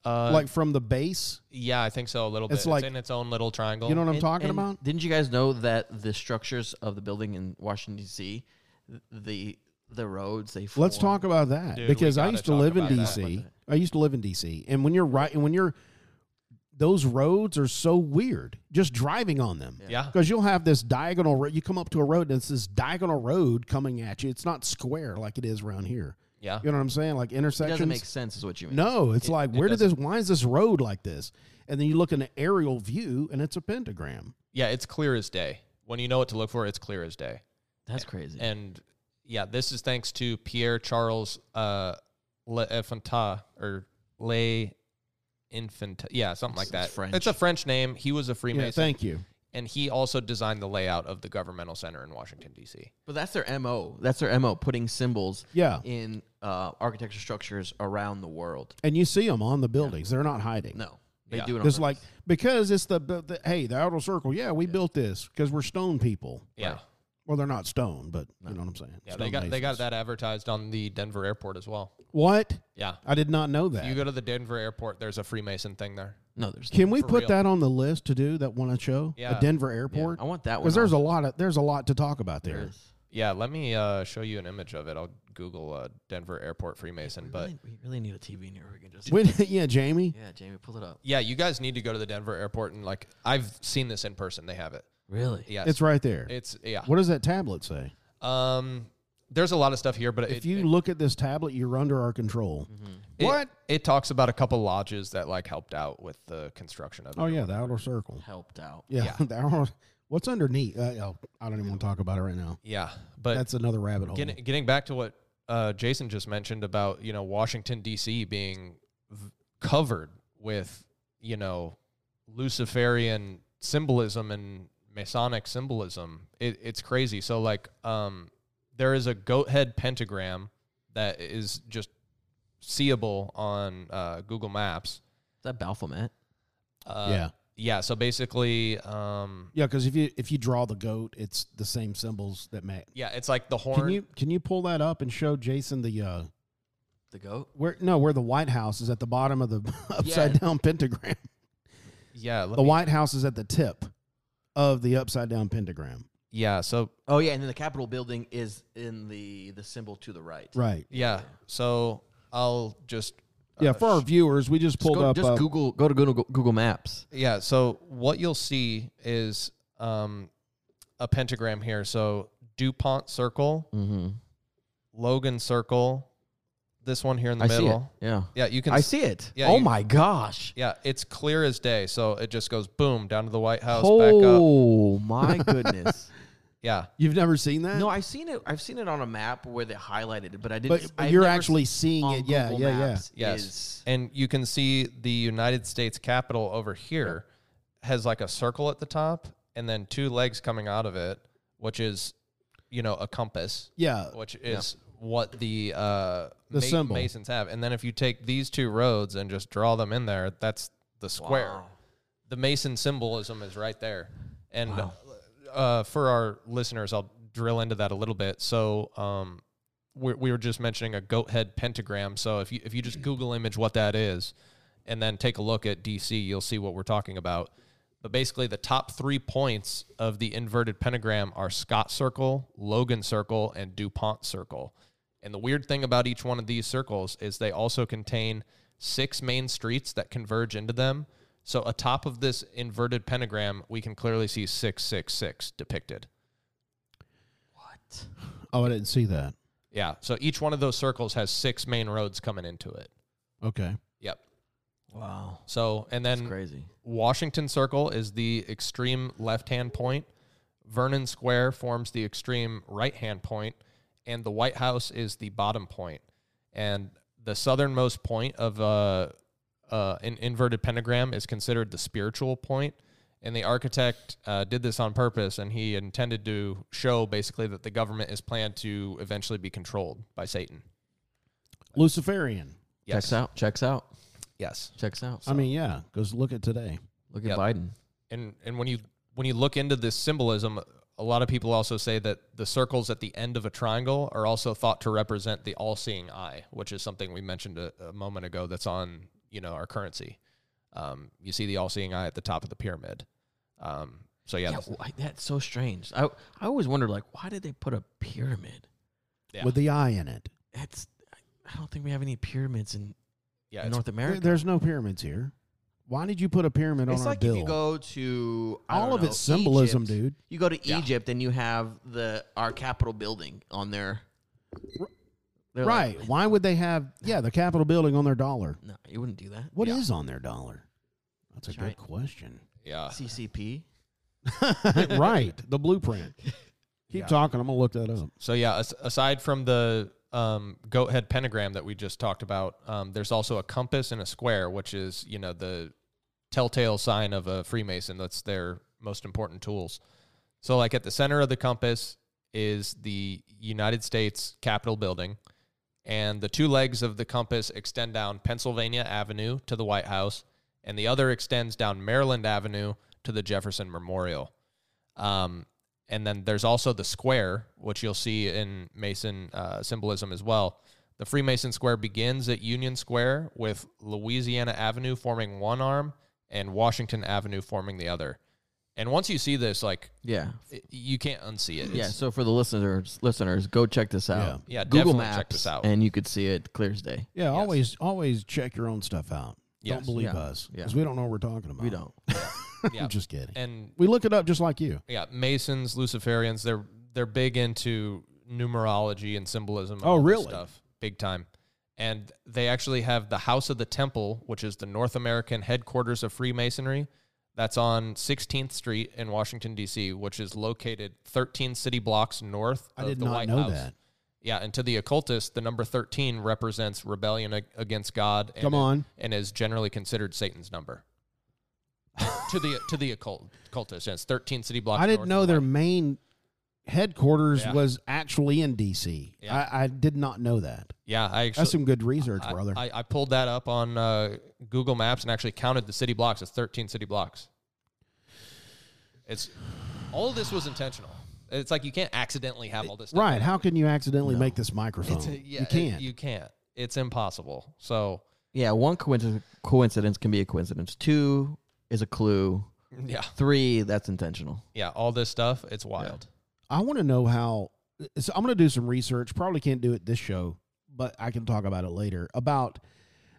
B: Uh,
A: like from the base?
B: yeah, I think so. A little bit.
A: It's
B: It's,
A: like-
B: in its own little triangle.
A: You know what I'm
C: And-
A: talking
C: and
A: about?
C: Didn't you guys know that the structures of the building in Washington D.C., th- the the roads they form,
A: Let's talk about that
B: Dude, we
A: because I
B: gotta
A: used to
B: talk
A: live in
B: about that.
A: DC. I used to live in DC, and when you're right, and when you're those roads are so weird. Just driving on them,
B: Yeah.
A: Because you'll have this diagonal. ro- You come up to a road, and it's this diagonal road coming at you. It's not square like it is around here.
B: Yeah.
A: You know what I'm saying? Like
C: Uh-huh. It
A: intersections.
C: doesn't make sense, is what you mean.
A: no, it's like
B: it
A: where did this? Why is this road like this? And then you look in an aerial view, and it's a pentagram.
B: Yeah, it's clear as day. When you know what to look for, it's clear as day.
C: that's crazy.
B: And yeah, this is thanks to Pierre Charles uh, Le Infanta or Le Infanta. Yeah, something like
C: It's-
B: that.
C: it's French.
B: It's a French name. He was a Freemason,
A: Yeah, thank you.
B: and he also designed the layout of the governmental center in Washington D.C.
C: But that's their mo. That's their mo. Putting symbols
A: Yeah,
C: in uh, architecture structures around the world.
A: and you see them on the buildings. They're not hiding.
C: No, they
B: Yeah.
C: do it. on
A: It's
C: purpose.
A: like because it's the, the, the- hey the outer circle. Yeah, we built this because we're stone people.
B: Yeah,
A: Well, they're not stone, but you know what I'm saying.
B: yeah.
A: Stone
B: They got they got
A: masons.
B: that advertised on the Denver airport as well.
A: What?
B: Yeah,
A: I did not know that.
B: you go to the Denver airport. There's a Freemason thing there.
C: no, there's
A: Can we
B: for
A: put
B: real.
A: that on the list to do that one show?
B: Yeah.
A: A Denver
C: Yeah,
A: airport.
C: I want that one.
A: Because there's a
C: also.
A: lot of there's a lot to talk about
C: There
A: there.
C: is.
B: Yeah, let me uh, show you an image of it. I'll Google uh, Denver Airport Freemason.
C: We
B: But
C: really, we really need a TV near where we can just.
A: When, yeah, Jamie.
C: yeah, Jamie, pull it up.
B: yeah, you guys need to go to the Denver Airport and like I've seen this in person. They have it.
C: Really?
B: Yes,
A: It's right there.
B: It's yeah.
A: what does that tablet say?
B: Um, there's a lot of stuff here, but
A: If
B: it,
A: you
B: it- Mm-hmm.
A: look at this tablet, you're under our control.
B: it-
A: What?
B: it, talks about a couple lodges that like helped out with the construction of it.
A: Oh yeah, the outer circle.
C: Helped out.
A: Yeah,
B: Yeah.
A: the outer, what's underneath? Uh, oh, I don't even want to talk about it right now.
B: yeah. But
A: That's another rabbit hole.
B: getting getting back to what uh, Jason just mentioned about you know Washington D.C. being v- covered with you know Luciferian symbolism and Masonic symbolism. It, it's crazy. So like, um, there is a goat head pentagram that is just seeable on uh, Google Maps.
C: Is that Baphomet?
B: Uh,
A: yeah,
B: Yeah. So basically, um,
A: yeah, because if you if you draw the goat, it's the same symbols that match.
B: yeah, it's like the horn.
A: Can you can you pull that up and show Jason the uh
C: The goat?
A: where no where the White House is at the bottom of the upside down pentagram.
B: yeah. let
A: The
B: me-
A: White House is at the tip of the upside down pentagram.
B: yeah. So
C: Oh yeah, and then the Capitol building is in the the symbol to the right.
A: Right.
B: yeah. So I'll just
A: Yeah,
B: uh,
A: for our viewers, we just
C: Just,
A: pulled
C: go,
A: up
C: just
A: uh,
C: Google. Go to Google Google Maps.
B: Yeah. So what you'll see is um, a pentagram here. So Dupont Circle,
C: Mm-hmm.
B: Logan Circle, this one here in the
C: I see it.
B: middle.
C: Yeah.
B: Yeah, you can.
C: I
B: s-
C: see it.
B: Yeah,
C: oh
B: you-
C: my gosh.
B: Yeah, it's clear as day. So it just goes boom down to the White House, back up.
C: Oh my goodness.
B: Yeah,
A: You've never seen that?
C: No, I've seen it. I've seen it on a map where they highlighted it, but I didn't.
A: but, but
C: I've
A: you're
C: never
A: actually
C: seen
A: seeing
C: on
A: it. Yeah,
C: Google
A: yeah, yeah.
C: Maps
B: yes,
C: is-
B: and you can see the United States Capitol over here has like a circle at the top, and then two legs coming out of it, which is, you know, a compass.
A: Yeah.
B: which is what the uh,
A: The symbol.
B: Masons have. And then if you take these two roads and just draw them in there, that's the square.
C: Wow.
B: The Mason symbolism is right there. And uh, for our listeners, I'll drill into that a little bit. So um, we we were just mentioning a goat head pentagram. So if you if you just Google image what that is, and then take a look at DC, you'll see what we're talking about. But basically, the top three points of the inverted pentagram are Scott Circle, Logan Circle, and DuPont Circle. And the weird thing about each one of these circles is they also contain six main streets that converge into them. So, atop of this inverted pentagram, we can clearly see 666 depicted.
C: What?
A: Oh, I didn't see that.
B: Yeah. So, each one of those circles has six main roads coming into it.
A: Okay.
B: Yep.
C: Wow.
B: So, and
C: It's
B: then
C: crazy.
B: Washington Circle is the extreme left hand point. Vernon Square forms the extreme right hand point, and the White House is the bottom point. And the southernmost point of uh, uh, an inverted pentagram is considered the spiritual point. And the architect uh, did this on purpose, and he intended to show basically that the government is planned to eventually be controlled by Satan.
A: Luciferian.
B: Yes.
C: Checks out. Checks out.
B: Yes.
C: Checks out.
A: I mean, yeah, because look at today.
C: Look
B: Yeah.
C: at Biden.
B: and and when you when you look into this symbolism a lot of people also say that the circles at the end of a triangle are also thought to represent the all-seeing eye which is something we mentioned a, a moment ago that's on you know our currency um, you see the all-seeing eye at the top of the pyramid um, so yeah,
C: Yeah,
B: that's-
C: why- that's so strange. I I always wondered like why did they put a pyramid?
B: Yeah.
A: with the eye in it.
C: That's I don't think we have any pyramids in
B: yeah it's-
C: North
A: There-
C: America.
A: there's no pyramids here. Why did you put a pyramid
C: it's
A: on
C: like
A: our bill?
C: if you go to I
A: All
C: don't
A: of
C: know,
A: its symbolism,
C: Egypt.
A: dude.
C: You go to
B: Yeah.
C: Egypt and you have the our Capitol building on there.
A: Right. Why would they have, yeah, the Capitol building on their dollar?
C: no, you wouldn't do that.
A: What is
B: Yeah.
A: on their dollar? That's a
C: Giant-
A: good question.
B: yeah
C: CCP.
A: right. The blueprint. Keep
B: Yeah.
A: talking. I'm going to look that up.
B: So yeah, as, aside from the um, goat head pentagram that we just talked about, um, there's also a compass and a square, which is you know the telltale sign of a Freemason. That's their most important tools. So like at the center of the compass is the United States Capitol building, and the two legs of the compass extend down Pennsylvania Avenue to the White House, and the other extends down Maryland Avenue to the Jefferson Memorial. Um, and then there's also the square, which you'll see in Mason uh, symbolism as well. The Freemason square begins at Union Square with Louisiana Avenue forming one arm and Washington Avenue forming the other. And once you see this, like
C: Yeah.
B: it, you can't unsee it.
C: Yeah.
B: It's-
C: So for the listeners, listeners, go check this out.
B: Yeah,
C: Google
B: definitely
C: Maps,
B: check this out.
C: and you could see it clear as day.
A: Yeah, always always check your own stuff out. Don't
B: Yes.
A: believe
C: Yeah.
A: us
C: Yeah.
A: because we don't know what we're talking about.
C: We don't.
B: yeah.
A: I'm just kidding.
B: and
A: we look it up just like you.
B: yeah, Masons, Luciferians, they're they're big into numerology and symbolism. and
A: Oh,
B: all this
A: really?
B: Stuff big time. And they actually have the House of the Temple, which is the North American headquarters of Freemasonry. That's on 16th Street in Washington D.C., which is located 13 city blocks north
A: I
B: of
A: did
B: the
A: not
B: White
A: know
B: House.
A: that.
B: Yeah, and to the occultist, the number 13 represents rebellion ag- against God. And
A: Come
B: it-
A: on.
B: and is generally considered Satan's number. to the to the occult cultists, yes, thirteen city blocks.
A: I didn't
B: north
A: know
B: of
A: their
B: White-
A: main headquarters
B: Yeah.
A: was actually in D.C.
B: Yeah.
A: I, I did not know that.
B: Yeah, I actually
A: That's some good research,
B: I,
A: brother.
B: I, I pulled that up on uh, Google Maps and actually counted the city blocks. It's thirteen city blocks. It's all of this was intentional. It's like you can't accidentally have all this. Stuff
A: right? How can you accidentally
C: No.
A: make this microphone?
B: It's a- yeah,
A: you
B: it-
A: can't.
B: you can't. It's impossible. So
C: Yeah, one coincidence coincidence can be a coincidence. Two is a clue.
B: yeah,
C: Three, that's intentional.
B: yeah, all this stuff. It's wild.
A: I want to know how. So I'm going to do some research. Probably can't do it this show, but I can talk about it later. About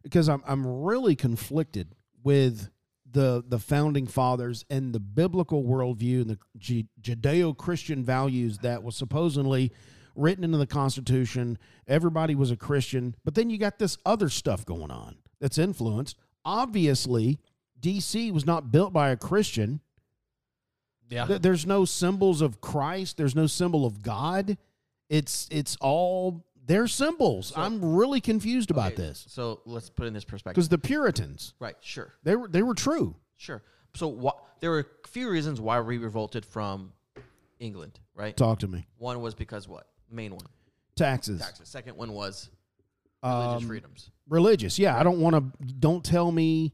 A: because I'm I'm really conflicted with the the founding fathers and the biblical worldview and the Ju- Judeo-Christian values that was supposedly written into the Constitution. Everybody was a Christian, but then you got this other stuff going on that's influenced. Obviously, D.C. was not built by a Christian.
B: Yeah,
A: Th- There's no symbols of Christ. There's no symbol of God. It's it's all their symbols. I'm really confused about
C: Okay,
A: this
C: So let's put it in this perspective.
A: because the Puritans
C: Right. Sure.
A: they were they were true.
C: Sure. So wha- there were a few reasons why we revolted from England. Right.
A: Talk to me.
C: One was because what? Main one.
A: Taxes,
C: Taxes. Second one was religious
A: Um,
C: freedoms.
A: religious. Yeah, I don't want to. Don't tell me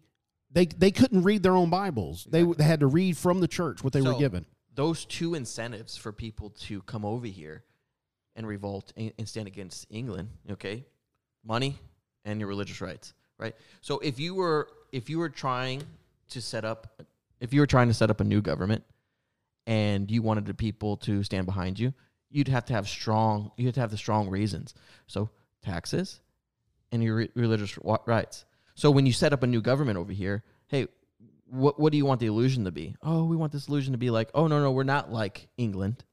A: they they couldn't read their own Bibles. They They, they had to read from the church what they were
C: So,
A: given.
C: Those two incentives for people to come over here and revolt and, and stand against England, okay? Money and your religious rights, right? So if you were if you were trying to set up if you were trying to set up a new government and you wanted the people to stand behind you, you'd have to have strong you'd have to have the strong reasons. So taxes and your re- religious wa- rights. So when you set up a new government over here, hey, what what do you want the illusion to be? Oh, we want this illusion to be like, oh no no, we're not like England,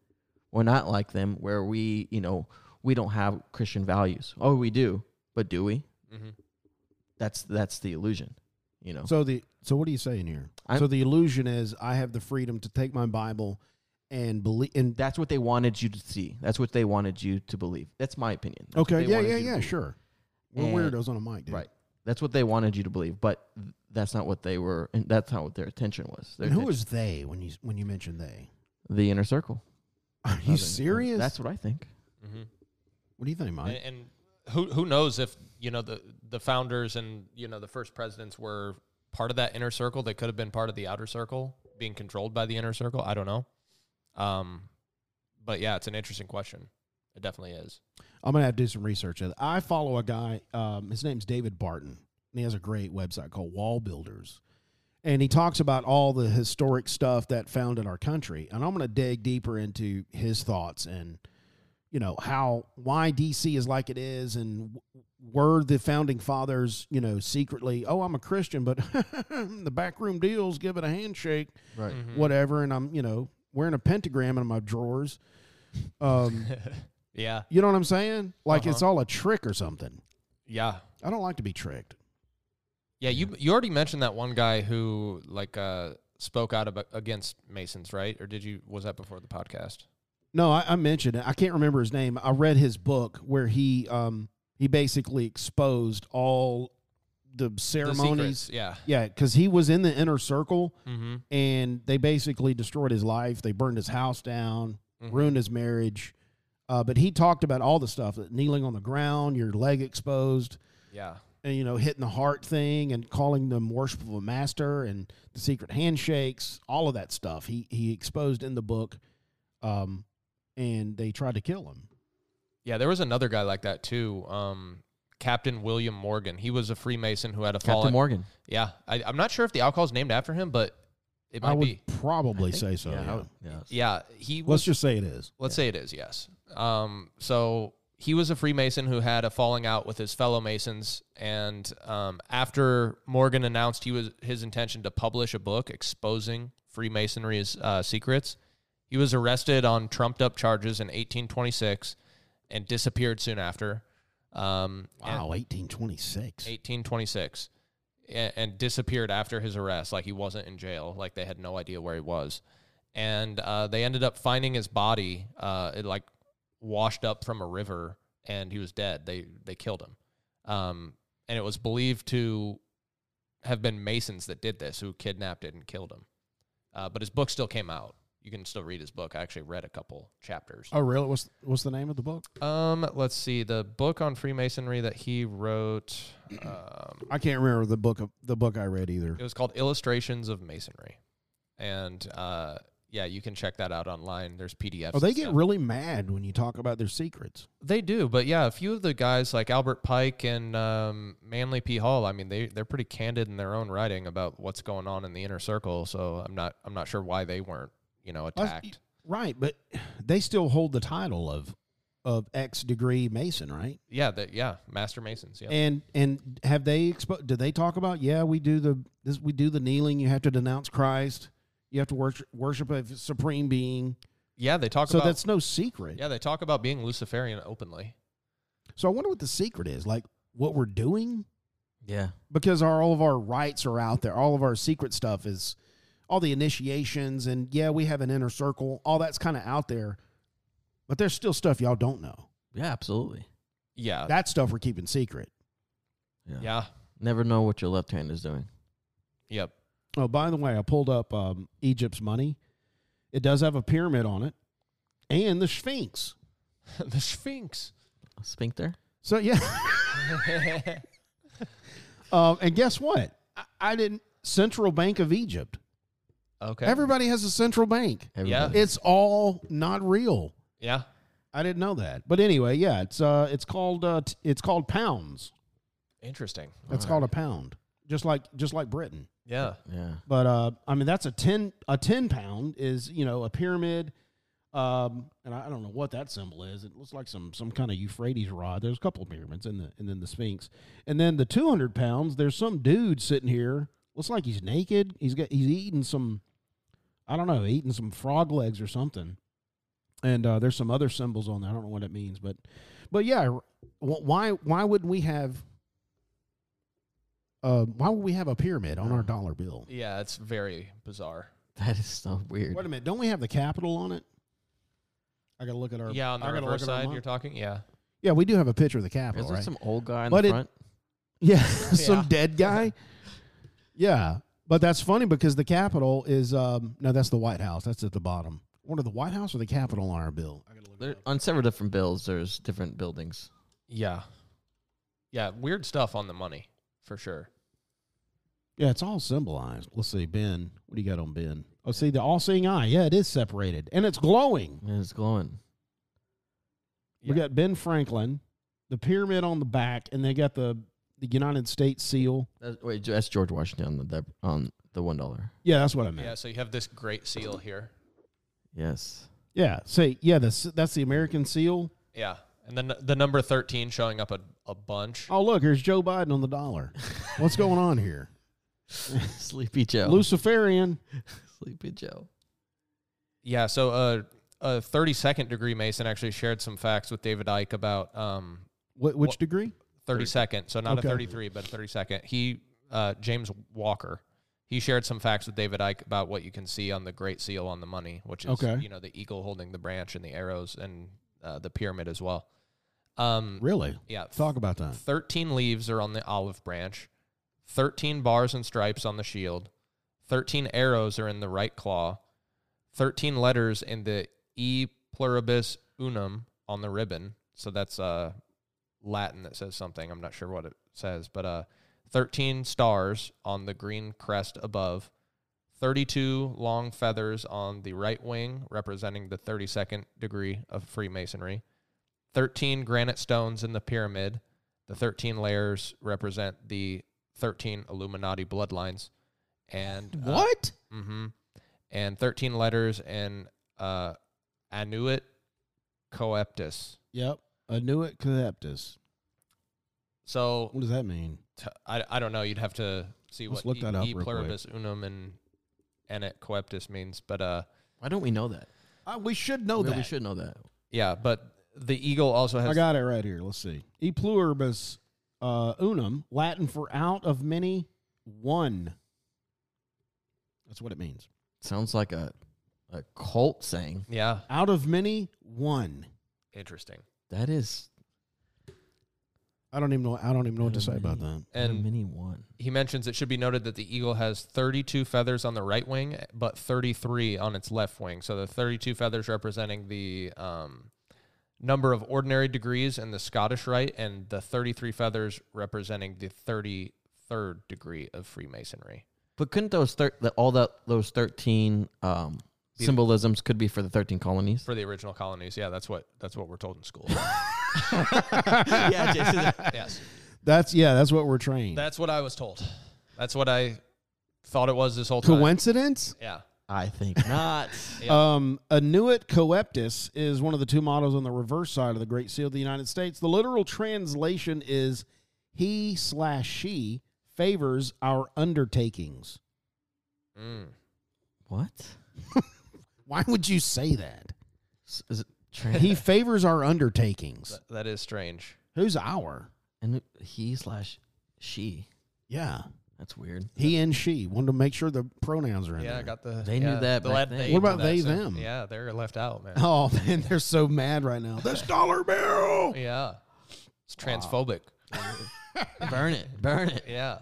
C: we're not like them, where we you know we don't have Christian values. Oh, we do, but do we?
B: Mhm.
C: That's that's the illusion, you know.
A: So the so what are you saying here?
C: I'm-
A: so the illusion is I have the freedom to take my Bible and believe and
C: that's what they wanted you to see. That's what they wanted you to believe. That's my opinion. That's what
A: Okay.
C: they
A: Yeah.
C: wanted
A: Yeah.
C: you to
A: Yeah.
C: believe.
A: Sure. We're
C: And-
A: weirdos on a mic, dude.
C: Right. That's what they wanted you to believe, but th- that's not what they were, and that's not what their intention was. Their
A: And who
C: inten-
A: was they when you when you mentioned they?
C: the inner circle?
A: Are you serious?
C: That's what I think.
B: Mm-hmm.
A: what do you think,
B: And,
A: Mike?
B: and who who knows if you know the the founders and you know the first presidents were part of that inner circle? They could have been part of the outer circle, being controlled by the inner circle. I don't know. Um, but yeah, it's an interesting question. It definitely is.
A: I'm gonna have to do some research. I follow a guy. Um, his name's David Barton, and he has a great website called Wall Builders, and he talks about all the historic stuff that found in our country. And I'm gonna dig deeper into his thoughts and you know how why DC is like it is, and w- were the founding fathers you know secretly, oh I'm a Christian, but the backroom deals give it a handshake,
C: Right.
A: Mm-hmm.
B: Mm-hmm.
A: whatever, and I'm you know wearing a pentagram in my drawers. Um,
B: Yeah,
A: you know what I'm saying? Like
B: Uh-huh.
A: it's all a trick or something.
B: yeah,
A: I don't like to be tricked.
B: yeah. You you already mentioned that one guy who like uh spoke out about, against Masons, right? Or did you? Was that before the podcast?
A: No, I, I mentioned it. I can't remember his name. I read his book where he um he basically exposed all the
B: The
A: ceremonies.
B: secrets, yeah.
A: yeah, because he was in the inner circle
B: Mm-hmm.
A: and they basically destroyed his life. They burned his house down,
B: Mhm.
A: ruined his marriage. Uh, but he talked about all the stuff that kneeling on the ground, your leg exposed,
B: Yeah.
A: and you know hitting the heart thing and calling them worship of a master and the secret handshakes all of that stuff he he exposed in the book um and they tried to kill him
B: Yeah, there was another guy like that too. Um, Captain William Morgan. He was a Freemason who had a fall.
C: Captain Morgan.
B: Yeah, I, I'm not sure if the alcohol's named after him, but it might
A: i would
B: be.
A: probably
C: I think-
A: say so
C: yeah, I
A: yeah.
C: would- yeah.
B: Yeah, he was.
A: let's just say it is
B: Let's say it is. Yes. Um, so he was a Freemason who had a falling out with his fellow Masons, and um, after Morgan announced he was his intention to publish a book exposing Freemasonry's uh, secrets, he was arrested on trumped up charges in 1826 and disappeared soon after. Um, and-
A: wow 1826
B: 1826 and, and disappeared after his arrest like he wasn't in jail like they had no idea where he was and uh, they ended up finding his body uh, it like washed up from a river and he was dead they they killed him um, and it was believed to have been masons that did this who kidnapped it and killed him uh, but his book still came out you can still read his book i actually read a couple chapters
A: oh really what's what's the name of the book
B: um, let's see the book on freemasonry that he wrote um,
A: i can't remember the book of, the book i read either
B: It was called Illustrations of Masonry, and uh, yeah, you can check that out online. There's PDFs.
A: oh they
B: and
A: get
B: stuff.
A: really mad when you talk about their secrets
B: they do, but yeah, a few of the guys like Albert Pike and um, Manly P Hall. I mean, they they're pretty candid in their own writing about what's going on in the inner circle. So I'm not I'm not sure why they weren't you know
A: Well,
B: attacked.
A: right but they still hold the title of of x degree mason right
B: yeah, that yeah, Master Masons. Yeah,
A: And and have they expo- do they talk about yeah we do the this we do the kneeling you have to denounce Christ you have to worship worship a supreme being
B: yeah, they talk
A: so
B: about
A: that's no secret
B: yeah they talk about being Luciferian openly.
A: so I wonder what the secret is like what we're doing
C: Yeah.
A: because our all of our rights are out there all of our secret stuff is all the initiations and yeah we have an inner circle all that's kind of out there but there's still stuff y'all don't know
C: Yeah, absolutely.
B: Yeah,
A: that stuff we're keeping secret
B: yeah,
C: Never know what your left hand is doing.
B: yep.
A: oh by the way I pulled up um, Egypt's money it does have a pyramid on it and the Sphinx.
B: the Sphinx.
C: A sphincter?
A: So yeah, um, and guess what? I, I didn't. Central Bank of Egypt.
B: okay.
A: Everybody has a central bank.
C: Everybody.
A: It's all not real.
B: yeah.
A: I didn't know that. But anyway, yeah, it's uh, it's called uh, t- it's called pounds.
B: Interesting.
A: It's called a pound, just like just like Britain.
B: Yeah.
C: Yeah.
A: But uh, I mean, that's a ten a ten pound is you know a pyramid. Um, and I I don't know what that symbol is. It looks like some some kind of Euphrates rod. There's a couple of pyramids and the and then the Sphinx, and then the two hundred pounds. There's some dude sitting here. Looks like he's naked. He's got he's eating some, I don't know, eating some frog legs or something. And uh, there's some other symbols on there. I don't know what it means, but but yeah, r- wh- why why wouldn't we have? Uh, why would we have a pyramid on our dollar bill?
B: Yeah, it's very bizarre.
C: That is so weird.
A: Wait a minute, don't we have the capital on it? I gotta look at our
B: yeah, on
A: I
B: the
A: gotta
B: reverse
A: look at our
B: side,
A: mon-
B: you're talking. Yeah,
A: yeah, we do have a picture of the capital,
C: Is there
A: right?
C: some old guy in
A: But
C: the
A: it-
C: front?
A: Yeah, some
B: Yeah.
A: dead guy. yeah, but that's funny because the Capitol is um no, that's the White House. That's at the bottom. One of the White House or the Capitol on our bill.
C: There, on several different bills, there's different buildings.
B: Yeah. Yeah, weird stuff on the money for sure.
A: Yeah, it's all symbolized. Let's see, Ben. What do you got on Ben? Oh, see the all-seeing eye. Yeah, it is separated and it's glowing.
C: And it's glowing.
A: We
B: Yeah.
A: got Ben Franklin, the pyramid on the back, and they got the the United States seal.
C: That's, wait, that's George Washington on the deb- on the one dollar.
A: Yeah, that's what I meant.
B: Yeah, so you have this great seal here.
C: Yes.
A: Yeah, see, yeah, that's that's the American seal.
B: Yeah. And then the number 13 showing up a, a bunch.
A: Oh, look, here's Joe Biden on the dollar. What's going on here?
C: Sleepy Joe.
A: Luciferian.
C: Sleepy Joe.
B: Yeah, so uh, a 32nd degree Mason actually shared some facts with David Ike about um,
A: What, which degree?
B: 32nd. So not
A: Okay.
B: a 33, but a 32nd. He, uh, James Walker, he shared some facts with David Ike about what you can see on the Great Seal on the money, which is
A: Okay.
B: you know the eagle holding the branch and the arrows and uh, the pyramid as well. Um,
A: Really?
B: yeah,
A: Talk about that.
B: 13 leaves are on the olive branch, 13 bars and stripes on the shield, 13 arrows are in the right claw, 13 letters in the E pluribus unum on the ribbon. So that's uh, Latin that says something. I'm not sure what it says, but uh, 13 stars on the green crest above, 32 long feathers on the right wing, representing the 32nd degree of Freemasonry. 13 granite stones in the pyramid. The 13 layers represent the 13 Illuminati bloodlines. And uh,
C: What?
B: Mm-hmm. And 13 letters in uh, Anuit Coeptus.
A: Yep. Annuit coeptus.
B: So
A: What does that mean?
B: t- I, I don't know. You'd have to see
A: Let's
B: what
A: look that up
B: e
A: real quick.
B: pluribus unum and Anuit Coeptus means. But uh,
C: Why don't we know that?
A: Uh, we should know
C: Maybe We should know that.
B: yeah, but the eagle also
A: I
B: has.
A: got it right here. Let's see. E pluribus uh, unum, Latin for out of many, one. That's what it means.
C: Sounds like a a cult saying.
B: yeah,
A: Out of many, one.
B: interesting.
C: That is
A: I don't even know. I don't even know what to say about that.
B: And
C: mini one.
B: he mentions it should be noted that the eagle has 32 feathers on the right wing, but 33 on its left wing. So the 32 feathers representing the um, number of ordinary degrees in the Scottish Rite, and the 33 feathers representing the 33rd degree of Freemasonry.
C: But couldn't those thir- the, all that those thirteen um, symbolisms could be for the thirteen colonies?
B: For the original colonies, yeah, that's what that's what we're told in school.
C: yeah, Jason.
B: yes,
A: That's yeah. That's what we're trained.
B: that's what I was told. That's what I thought it was this whole time.
A: Coincidence?
B: Yeah,
C: I think not.
B: Uh,
A: Um, annuit coeptus is one of the two mottos on the reverse side of the Great Seal of the United States. The literal translation is "He slash she favors our undertakings."
B: Mm.
C: what?
A: Why would you say that?
C: S- Is it trans-
A: He favors our undertakings.
B: That- that is strange.
A: Who's our?
C: and he slash she?
A: Yeah,
C: That's weird.
A: he and she. Wanted to make sure the pronouns are in
B: Yeah,
A: there.
B: I got the.
C: They knew
B: yeah,
C: that
B: the
C: back
B: lad-
C: then.
B: they
C: What
B: knew
A: about
B: that,
A: they,
B: so-
A: them?
B: Yeah, they're left out, man.
A: oh man, they're so mad right now. This dollar bill.
B: Yeah, it's transphobic.
C: Burn it. Burn it.
B: Yeah,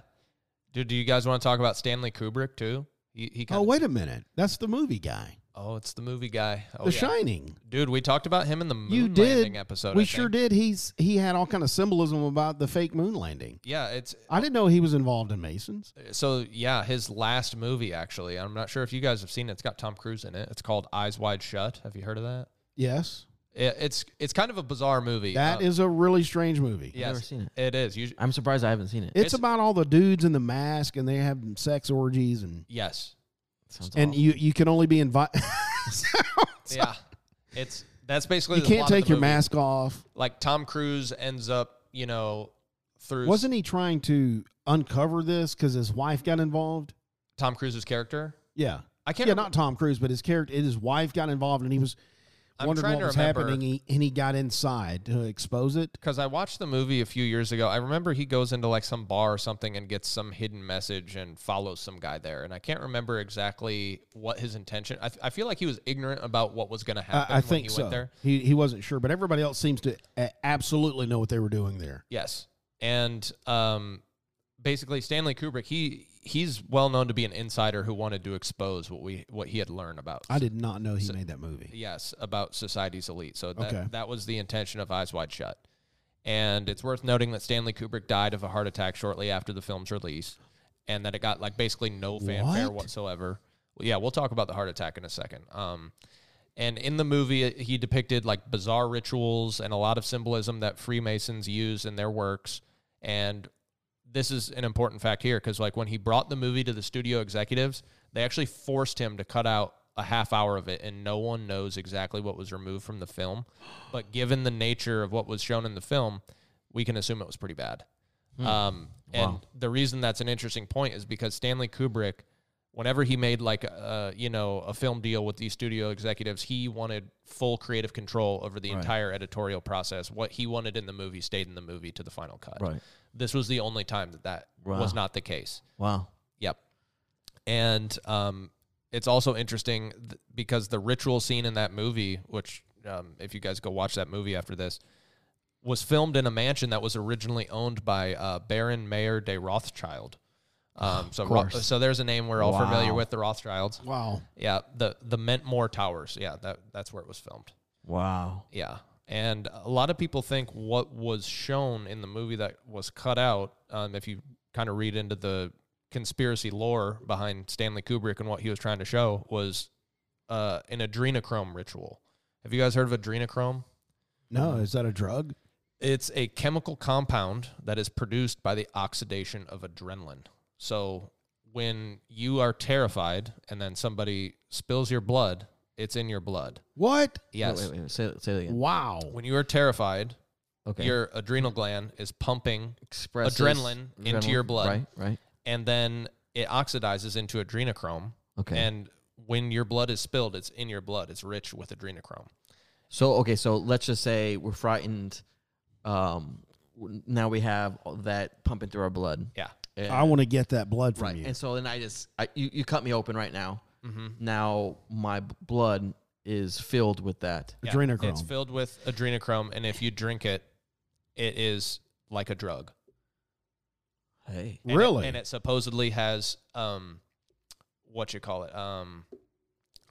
B: dude. Do you guys want to talk about Stanley Kubrick too? He, he kind
A: Oh wait a minute, that's the movie guy,
B: Oh, it's the movie guy. Oh,
A: The
B: yeah.
A: Shining.
B: Dude, we talked about him in the moon
A: you
B: landing
A: did
B: episode.
A: We
B: I
A: sure
B: think.
A: did. He's he had all kind of symbolism about the fake moon landing.
B: Yeah, it's
A: I didn't know he was involved in Masons.
B: so yeah. His last movie, actually, I'm not sure if you guys have seen it. It's got Tom Cruise in it. It's called Eyes Wide Shut. Have you heard of that?
A: Yes,
B: It, it's it's kind of a bizarre movie. Uh,
A: that is a really strange movie.
B: yes,
C: never seen it.
B: It is. You,
C: I'm surprised I haven't seen it.
A: It's,
B: It's-
A: about all the dudes in the mask and they have sex orgies and
B: yes.
C: Sounds
A: and
C: awful.
A: you you can only be invited.
B: Yeah. It's that's basically
A: you
B: the
A: can't
B: plot of
A: take
B: the
A: your
B: movie.
A: mask off.
B: like Tom Cruise ends up, you know, through
A: Wasn't he trying to uncover this because his wife got involved?
B: Tom Cruise's character.
A: Yeah,
B: I can't.
A: yeah,
B: remem-
A: not Tom Cruise, but his character, his wife got involved, and he was
B: I'm
A: wondering what
B: trying to
A: was
B: remember.
A: happening. He, and he got inside to expose it.
B: because I watched the movie a few years ago. I remember he goes into like some bar or something and gets some hidden message and follows some guy there. And I can't remember exactly what his intention. I, I feel like he was ignorant about what was going to happen.
A: I, I
B: when
A: think
B: he
A: so.
B: Went there.
A: He he wasn't sure, but everybody else seems to a- absolutely know what they were doing there.
B: Yes, and um, basically Stanley Kubrick, he he's well known to be an insider who wanted to expose what we what he had learned about.
A: I did not know he made that movie.
B: Yes, about society's elite. So that,
A: Okay.
B: that was the intention of Eyes Wide Shut. And it's worth noting that Stanley Kubrick died of a heart attack shortly after the film's release and that it got like basically no fanfare
A: What?
B: whatsoever. Well, yeah, we'll talk about the heart attack in a second. Um and in the movie it- he depicted like bizarre rituals and a lot of symbolism that Freemasons use in their works and this is an important fact here because like when he brought the movie to the studio executives they actually forced him to cut out a half hour of it and no one knows exactly what was removed from the film but given the nature of what was shown in the film we can assume it was pretty bad um, and
C: Hmm. Wow.
B: the reason that's an interesting point is because stanley kubrick whenever he made like a you know a film deal with these studio executives he wanted full creative control over the entire editorial process what he wanted in the movie stayed in the movie to the final cut
C: Right.
B: this was the only time that that
C: Wow.
B: was not the case.
C: Wow.
B: Yep. And um, it's also interesting th- because the ritual scene in that movie, which um, if you guys go watch that movie after this, was filmed in a mansion that was originally owned by uh, Baron Mayer de Rothschild. Um, so, Ro-
C: course.
B: so there's a name we're all familiar with, the Rothschilds.
A: Wow.
B: Yeah, the the Mentmore Towers. Yeah, that that's where it was filmed.
C: Wow.
B: Yeah. And a lot of people think what was shown in the movie that was cut out, um, if you kind of read into the conspiracy lore behind Stanley Kubrick and what he was trying to show, was uh, an adrenochrome ritual. Have you guys heard of adrenochrome?
A: No, is that a drug?
B: It's a chemical compound that is produced by the oxidation of adrenaline. So when you are terrified and then somebody spills your blood, it's in your blood.
A: What?
B: Yes.
C: Wait, wait, wait. Say, say that again.
A: Wow.
B: When you are terrified,
C: Okay.
B: your adrenal gland is pumping
C: Expresses
B: adrenaline into your blood.
C: Right. Right.
B: and then it oxidizes into adrenochrome
C: Okay.
B: and when your blood is spilled it's in your blood it's rich with adrenochrome
C: So okay, so let's just say we're frightened. Um, w- now we have all that pumping through our blood.
B: yeah
C: And-
A: I want to get that blood from
C: right.
A: you.
C: And so then I just I, you you cut me open right now.
B: Mm-hmm.
C: Now my b- blood is filled with that.
B: Yeah.
A: Adrenochrome.
B: it's filled with adrenochrome and if you drink it it is like a drug
C: Hey.
B: And it-
A: Really?
B: and it supposedly has um what you call it um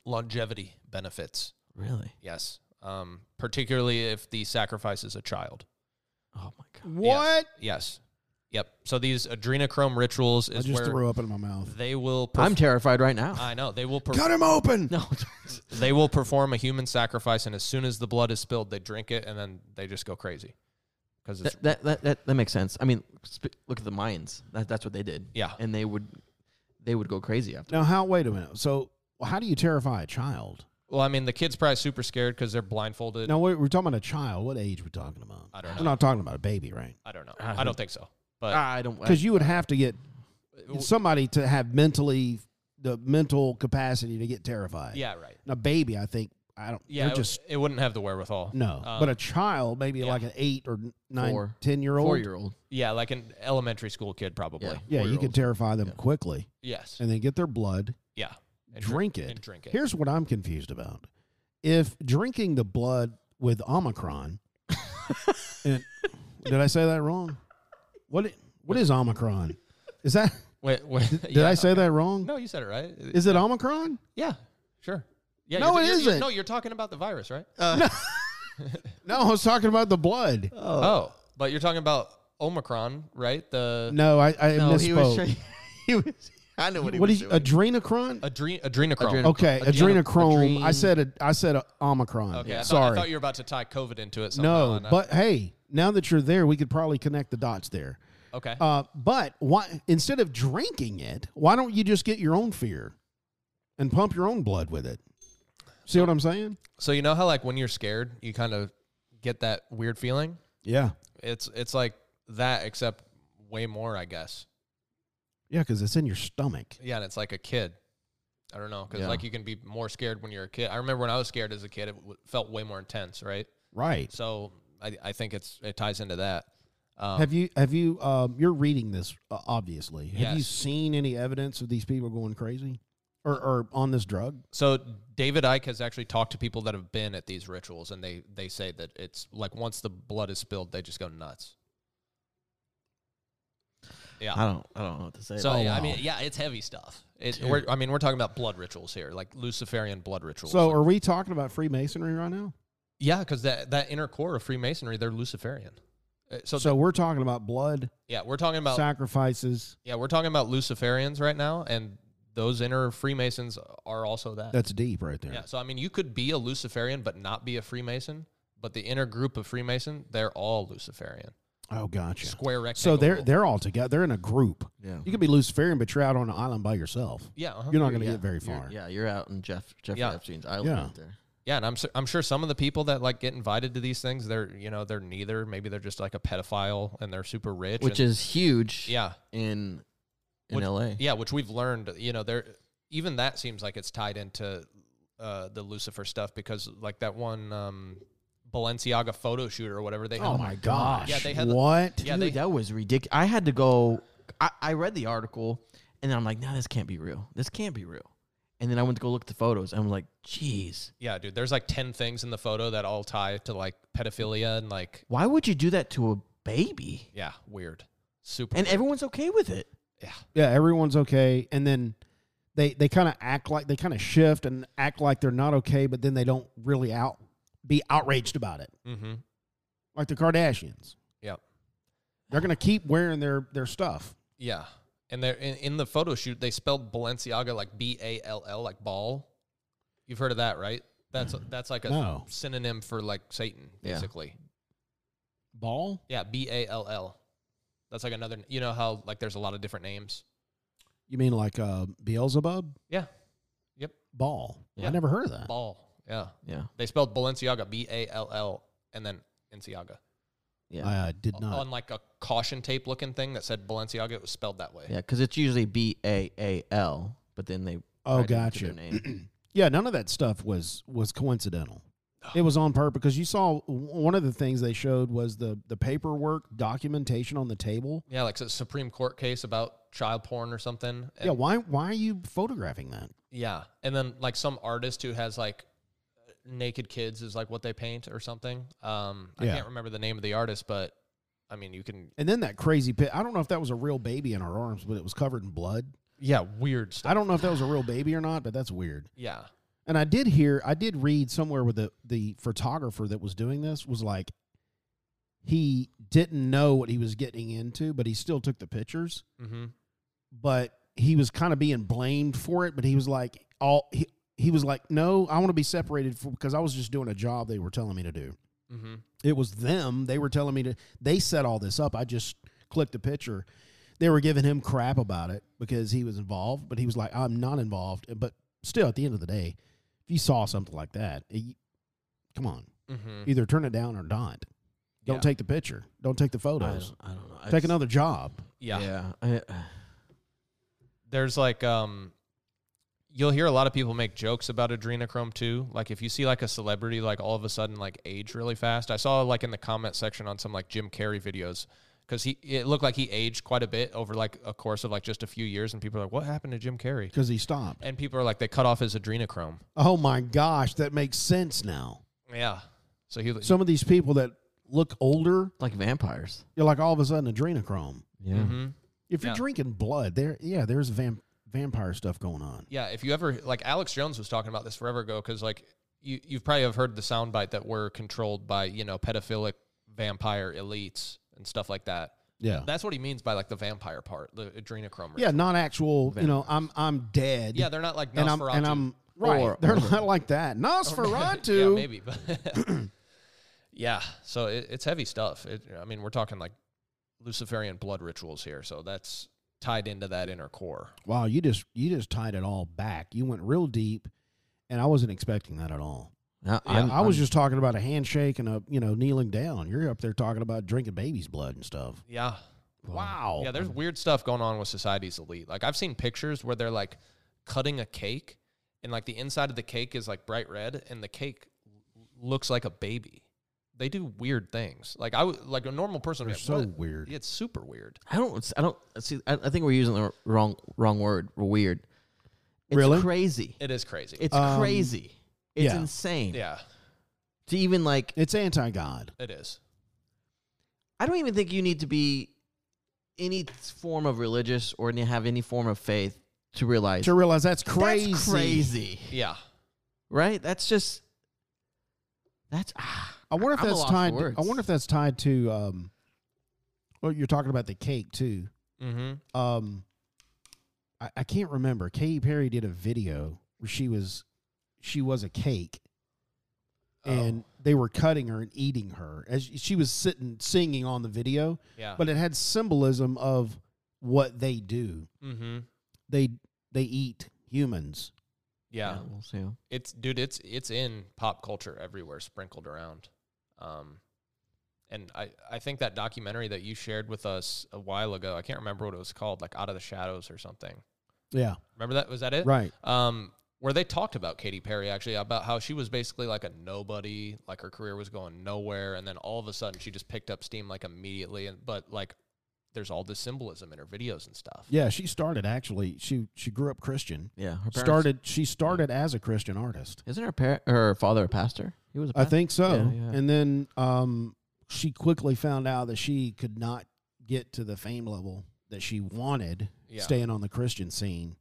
B: longevity benefits
C: Really?
B: yes um particularly if the sacrifice is a child
C: Oh my god.
A: what?
B: yes yep so these adrenochrome rituals
A: I
B: is
A: just
B: where
A: threw up in my mouth.
B: they will
C: I'm terrified right now.
B: I know they will perf-
A: Cut him open.
C: no.
B: they will perform a human sacrifice, and as soon as the blood is spilled, they drink it, and then they just go crazy because it's
C: that, that, that that that makes sense. I mean, sp- look at the Mayans. That, that's what they did.
B: Yeah.
C: And they would they would go crazy after.
A: Now, how? Wait a minute. So, how do you terrify a child?
B: well, I mean, the kids probably super scared because they're blindfolded.
A: Now, we're, we're talking about a child. What age we talking about?
B: I don't know.
A: We're not talking about a baby, right?
B: I don't know.
A: Uh-huh.
B: I don't think so. But
A: Ah.
C: I don't
A: Because you would have to get
B: Uh,
A: somebody to have mentally the mental capacity to get terrified.
B: yeah, right.
A: Now, baby, I think I don't.
B: Yeah,
A: they're
B: it,
A: just
B: it wouldn't have the wherewithal.
A: no.
B: Um,
A: but a child, maybe
B: yeah.
A: like an eight or nine,
C: Four.
A: ten year old.
C: four year old.
B: yeah, like an elementary school kid probably.
C: Yeah.
A: Yeah, you
B: Four-year-old.
A: can terrify them quickly,
B: Yes.
A: and then get their blood.
B: yeah. And
A: drink it.
B: And drink it.
A: Here's what I'm confused about. If drinking the blood with Omicron, and did I say that wrong? What i- what is Omicron? Is that
B: Wait, wait,
A: did I say that wrong?
B: No, you said it right.
A: Is it Omicron?
B: yeah. Sure. Yeah.
A: No,
B: you're-
A: it
B: you're- you're-
A: isn't.
B: No, you're talking about the virus, right?
A: No, I was talking about the blood.
B: oh, but you're talking about Omicron, right? The
A: No, I, I misspoke.
C: he was. I know
A: what is adrenocron?
B: Adre- adrenochrome.
C: Adreno-
A: okay,
B: Adreno-
A: adrenochrome. I
C: adren-
A: said a, I said a Omicron.
B: Okay, I, thought, I
A: Sorry.
B: thought you were about to tie COVID into it. Somehow,
A: no,
B: and I-
A: but hey, now that you're there, we could probably connect the dots there.
B: okay,
A: Uh, but why instead of drinking it, why don't you just get your own fear and pump your own blood with it? See what I'm saying?
B: so you know how like when you're scared, you kind of get that weird feeling.
A: Yeah,
B: It's it's like that, except way more, I guess.
A: yeah, because it's in your stomach.
B: Yeah, and it's like a kid. I don't know because
C: Yeah.
B: like you can be more scared when you're a kid. I remember when I was scared as a kid, it w- felt way more intense, right?
A: Right.
B: So I, I think it's it ties into that. Um,
A: Have you have you um, you're reading this uh, obviously? Have you
B: Yes.
A: seen any evidence of these people going crazy or or on this drug?
B: So David Icke has actually talked to people that have been at these rituals, and they they say that it's like once the blood is spilled, they just go nuts. Yeah.
C: I don't I don't know what to say.
B: uh,
C: Oh,
B: So
C: about
B: yeah, I
C: it.
B: mean, yeah, it's heavy stuff. It, we're, I mean, we're talking about blood rituals here, like Luciferian blood rituals.
A: So are we talking about Freemasonry right now?
B: yeah, because that that inner core of Freemasonry, they're Luciferian. Uh, So,
A: So we're talking about blood
B: yeah, we're talking about
A: sacrifices.
B: yeah, we're talking about Luciferians right now, and those inner Freemasons are also that.
A: That's deep right there.
B: yeah. So I mean, you could be a Luciferian but not be a Freemason, but the inner group of Freemason, they're all Luciferian,
A: Oh, gotcha.
B: square rectangle.
A: So they're they're all together. They're in a group.
C: Yeah.
A: You could be Luciferian, but you're out on an island by yourself.
B: yeah, uh-huh.
A: You're not going to
C: Yeah,
A: get very
C: you're-
A: far.
C: yeah, you're out in Jeff Jeffrey
B: Yeah.
C: Epstein's island
A: Yeah.
C: out there.
B: Yeah, and I'm su- I'm sure some of the people that like get invited to these things, they're you know they're neither. Maybe they're just like a pedophile and they're super rich.
C: Which
B: and-
C: is huge
B: yeah,
C: in in
B: Which-
C: LA.
B: yeah, which we've learned. You know, there even that seems like it's tied into uh, the Lucifer stuff because like that one um, Balenciaga photo shoot or whatever they.
A: Oh
B: had-
A: my gosh.
B: Yeah, they had the-
A: what?
B: Yeah,
C: Dude,
B: they-
C: that was ridiculous. I had to go. I, I read the article, and then I'm like, no, this can't be real. This can't be real. And then I went to go look at the photos. And I'm like, jeez,
B: Yeah, dude. There's like ten things in the photo that all tie to like pedophilia and like
C: why would you do that to a baby?
B: yeah, weird, super.
C: And
B: weird.
C: everyone's okay with it.
B: yeah,
A: yeah, everyone's okay, and then they they kind of act like they kind of shift and act like they're not okay, but then they don't really out be outraged about it,
B: mm-hmm,
A: like the Kardashians.
B: yeah.
A: They're going to keep wearing their their stuff.
B: Yeah. And they're in, in the photo shoot, they spelled Balenciaga like B A L L, like ball. You've heard of that, right? That's that's like a
A: No.
B: synonym for like Satan,
C: Yeah.
B: basically.
A: Ball.
B: Yeah, B A L L. That's like another. You know how like there's a lot of different names.
A: You mean like uh, Beelzebub?
B: Yeah,
A: Ball.
C: Yeah.
A: I never heard of that.
B: ball. Yeah,
C: Yeah.
B: they spelled Balenciaga B A L L and then Enciaga
C: Yeah.
A: I uh, did not.
B: on like a caution tape looking thing that said Balenciaga. It was spelled that way.
C: Yeah. Because it's usually B A A L, but then they.
A: Oh,
C: write it into
A: gotcha.
C: their name.
A: Yeah, none of that stuff was was coincidental. It was on purpose because you saw w- one of the things they showed was the the paperwork documentation on the table.
B: Yeah, like a Supreme Court case about child porn or something.
A: yeah, why why are you photographing that?
B: Yeah, and then like some artist who has like naked kids is like what they paint or something. Um, I
A: Yeah.
B: can't remember the name of the artist, but I mean, you can.
A: And then that crazy pit. I don't know if that was a real baby in her arms, but it was covered in blood.
B: Yeah, weird stuff.
A: I don't know if that was a real baby or not, but that's weird.
B: Yeah,
A: And I did hear, I did read somewhere where the the photographer that was doing this was like, he didn't know what he was getting into, but he still took the pictures.
B: mm-hmm.
A: But he was kind of being blamed for it. But he was like, all he he was like, no, I want to be separated for, because I was just doing a job they were telling me to do.
B: Mm-hmm.
A: It was them. They were telling me to. They set all this up. I just clicked a picture. They were giving him crap about it because he was involved, but he was like, "I'm not involved." But still, at the end of the day, if you saw something like that, it- come on,
B: Mm-hmm.
A: either turn it down or not. Don't
B: Yeah.
A: take the picture. Don't take the
C: I,
A: photos.
C: don't, I don't know. I
A: Take
C: just-
A: another job.
B: Yeah.
C: Yeah. I, uh,
B: there's like um, you'll hear a lot of people make jokes about adrenochrome too. Like if you see like a celebrity like all of a sudden like age really fast. I saw like in the comment section on some like Jim Carrey videos. Because he, it looked like he aged quite a bit over like a course of like just a few years, and people are like, "What happened to Jim Carrey?"
A: Because he stopped.
B: And people are like, they cut off his adrenochrome.
A: Oh my gosh, that makes sense now.
B: Yeah. So he.
A: Some of these people that look older,
C: like vampires.
A: you're like all of a sudden adrenochrome.
C: Yeah.
B: Mhm.
A: If you're
B: Yeah.
A: drinking blood, there, yeah, there's vamp- vampire stuff going on.
B: Yeah. If you ever like Alex Jones was talking about this forever ago, because like you you've probably have heard the soundbite that we're controlled by you know pedophilic vampire elites and stuff like that.
A: Yeah.
B: That's what he means by like the vampire part, the adrenochrome.
A: yeah, not actual. You know, I'm I'm dead.
B: Yeah, they're not like
A: and I'm
B: Nosferatu. Oh,
A: and I'm right.
C: Or-
A: they're
C: or-
A: not like that. Nosferatu.
B: yeah, maybe. But yeah. So it, it's heavy stuff. It, I mean, we're talking like Luciferian blood rituals here, so that's tied into that inner core.
A: Wow, you just you just tied it all back. You went real deep, and I wasn't expecting that at all.
C: I,
A: i
C: I'm-
A: I was
C: I'm-
A: just talking about a handshake and a you know kneeling down. You're up there talking about drinking baby's blood and stuff.
B: Yeah.
A: Wow.
B: Yeah, there's weird stuff going on with society's elite. Like I've seen pictures where they're like cutting a cake and like the inside of the cake is like bright red and the cake l- looks like a baby. They do weird things. Like I would like a normal person would
A: They're
B: be
A: so
B: like, "What?"
A: weird.
B: It's super weird.
C: I don't. I don't see. I, I think we're using the wrong wrong word. We're weird. It's
A: Really?
C: crazy.
B: It is crazy.
C: It's
A: Um,
C: crazy. It's
A: yeah.
C: insane.
B: yeah,
C: To even like,
A: It's anti God.
B: it is.
C: I don't even think you need to be any form of religious or didn't have any form of faith to realize
A: to realize that's crazy.
C: that's crazy,
B: Yeah.
C: right? That's just that's ah,
A: I wonder if
C: I'm a
A: that's
C: lost for
A: tied.
C: words.
A: I wonder if that's tied to. Um, well, you're talking about the cake too.
B: Mm-hmm.
A: Um, I, I can't remember. Katy Perry did a video where she was, she was a cake,
C: Oh.
A: and they were cutting her and eating her as she was sitting singing on the video.
C: Ah.
B: yeah.
A: But it had symbolism of what they do.
B: mm-hmm.
A: They they eat humans.
B: yeah.
C: we'll see.
B: it's dude it's it's in pop culture everywhere sprinkled around um and i i think that documentary that you shared with us a while ago i can't remember what it was called like out of the shadows or something
A: Yeah.
B: remember that was that it
A: Right.
B: um where they talked about Katy Perry actually about how she was basically like a nobody, like her career was going nowhere, and then all of a sudden she just picked up steam like immediately. And but like, there's all this symbolism in her videos and stuff.
A: Yeah. She started actually. She she grew up Christian.
C: Yeah, her parents,
A: Started. She started as a Christian artist.
C: Isn't her par- her father a pastor? He was. A
A: I
C: pastor.
A: think so.
C: Yeah, yeah.
A: And then um, she quickly found out that she could not get to the fame level that she wanted
B: Yeah.
A: staying on the Christian scene.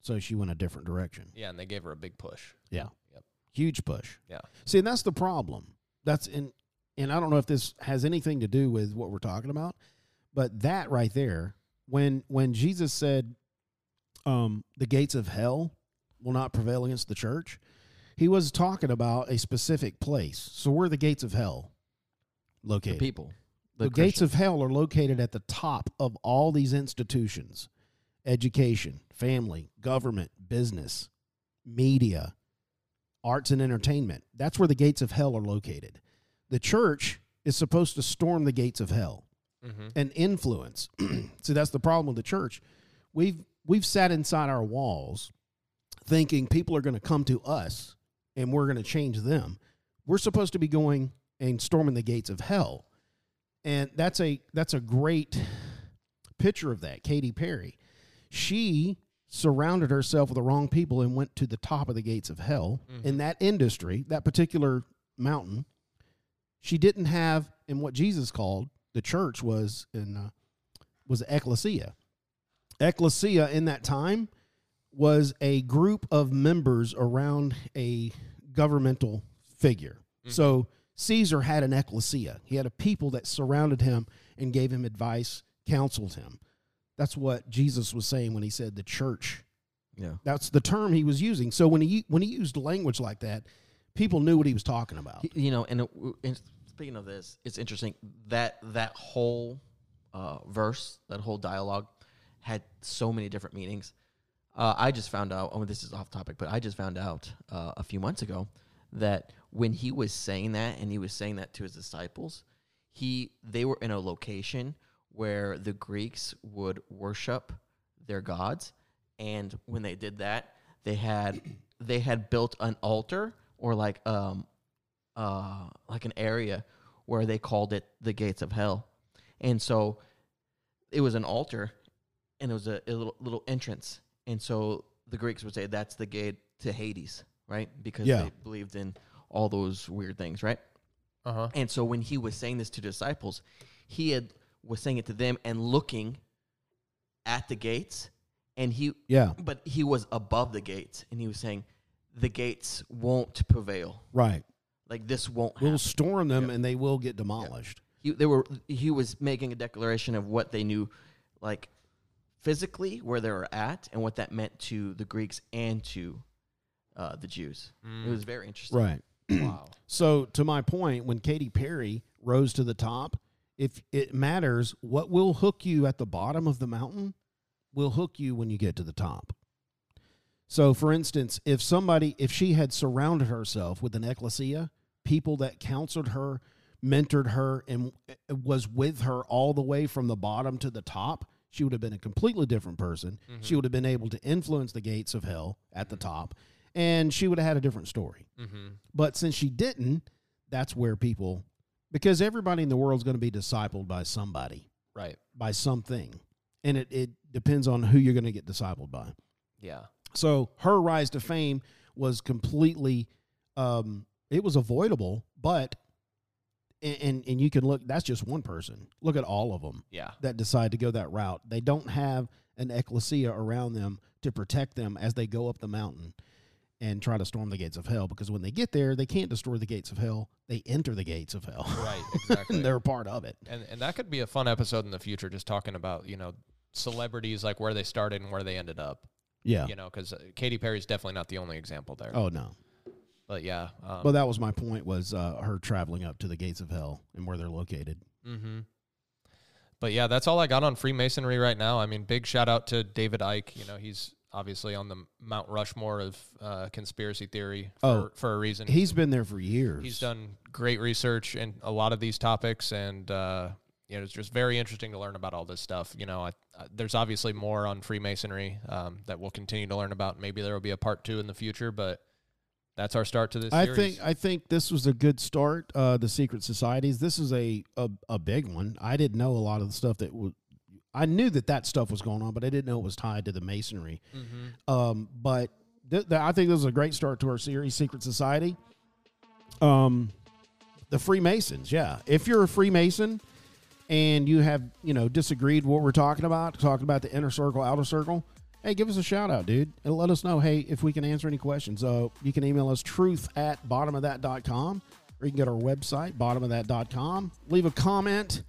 A: So she went a different direction.
B: Yeah, and they gave her a big push.
A: Yeah.
B: Yep.
A: Huge push.
B: Yeah.
A: See, and that's the problem. That's in and I don't know if this has anything to do with what we're talking about, but that right there, when when Jesus said um the gates of hell will not prevail against the church, he was talking about a specific place. So where are the gates of hell
C: the
A: located?
C: people,
A: the gates of hell are located at the top of all these institutions education, family, government, business, media, arts, and entertainment. That's where the gates of hell are located. The church is supposed to storm the gates of hell
B: Mm-hmm.
A: and influence. See, that's the problem with the church. We've we've sat inside our walls thinking people are going to come to us and we're going to change them. We're supposed to be going and storming the gates of hell. And that's a that's a great picture of that. Katy Perry. She surrounded herself with the wrong people and went to the top of the gates of hell in that industry, that particular mountain she didn't have and what jesus called the church was in uh, was ecclesia ecclesia in that time was a group of members around a governmental figure so caesar had an ecclesia he had a people that surrounded him and gave him advice counseled him that's what jesus was saying when he said the church
C: Yeah,
A: that's the term he was using so when he when he used language like that people knew what he was talking about
C: He- you know, and, it, and speaking of this, it's interesting that that whole uh, verse, that whole dialogue, had so many different meanings. Uh, I just found out. Oh, this is off topic, but I just found out uh, a few months ago that when he was saying that, and he was saying that to his disciples, he they were in a location where the Greeks would worship their gods, and when they did that, they had they had built an altar or like um uh, like an area where they called it the gates of hell, and so it was an altar, and it was a, a little little entrance, and so the Greeks would say that's the gate to Hades, right? Because
A: Yeah.
C: they believed in all those weird things, right?
B: Uh huh.
C: And so when he was saying this to disciples, he had was saying it to them and looking at the gates, and he
A: yeah
C: but he was above the gates, and he was saying the gates won't prevail.
A: right
C: Like this won't happen.
A: We'll storm them and they will get demolished.
C: he they were he was making a declaration of what they knew like physically where they were at and what that meant to the greeks and to uh, the jews
B: Mm-hmm.
C: it was very interesting
A: Right.
B: Wow.
A: So to my point, when Katy Perry rose to the top, if it matters, what will hook you at the bottom of the mountain will hook you when you get to the top. So for instance, if somebody if she had surrounded herself with an ecclesia, people that counseled her, mentored her and uh, was with her all the way from the bottom to the top, she would have been a completely different person. She would have been able to influence the gates of hell at the top and she would have had a different story.
B: Mm-hmm.
A: But since she didn't, that's where people, because everybody in the world's going to be discipled by somebody,
B: Right.
A: by something. And it, it depends on who you're going to get discipled by.
B: Yeah.
A: So her rise to fame was completely, um, it was avoidable, but and, and and you can look. That's just one person. Look at all of them
B: Yeah.
A: that decide to go that route. They don't have an ecclesia around them to protect them as they go up the mountain and try to storm the gates of hell. Because when they get there, they can't destroy the gates of hell. They enter the gates of hell.
B: Right. Exactly.
A: and they're a part of it.
B: and and that could be a fun episode in the future, just talking about you know celebrities like where they started and where they ended up.
A: Yeah.
B: You know, because Katy Perry's definitely not the only example there.
A: Oh no.
B: But yeah. Um,
A: Well, that was my point. Was uh, her traveling up to the gates of hell and where they're located.
B: Mm-hmm. But yeah, that's all I got on Freemasonry right now. I mean, big shout out to David Icke. You know, he's obviously on the Mount Rushmore of uh, conspiracy theory for,
A: Oh.
B: for a reason.
A: He's been there for years.
B: he's done great research in a lot of these topics, and uh, you know, it's just very interesting to learn about all this stuff. You know, I, I, there's obviously more on Freemasonry um, that we'll continue to learn about. Maybe there will be a part two in the future, but that's our start to this.
A: I
B: series.
A: think I think this was a good start. Uh, the secret societies. This is a, a a big one. I didn't know a lot of the stuff that was. I knew that that stuff was going on, but I didn't know it was tied to the masonry.
B: Mhm.
A: Um, but th- th- I think this is a great start to our series, Secret Society. Um, the Freemasons. Yeah, if you're a Freemason and you have you know disagreed what we're talking about, talking about the inner circle, outer circle. Hey, give us a shout out, dude, and let us know, hey, if we can answer any questions. Uh, you can email us truth at bottomofthat.com or you can go to our website, bottomofthat.com. Leave a comment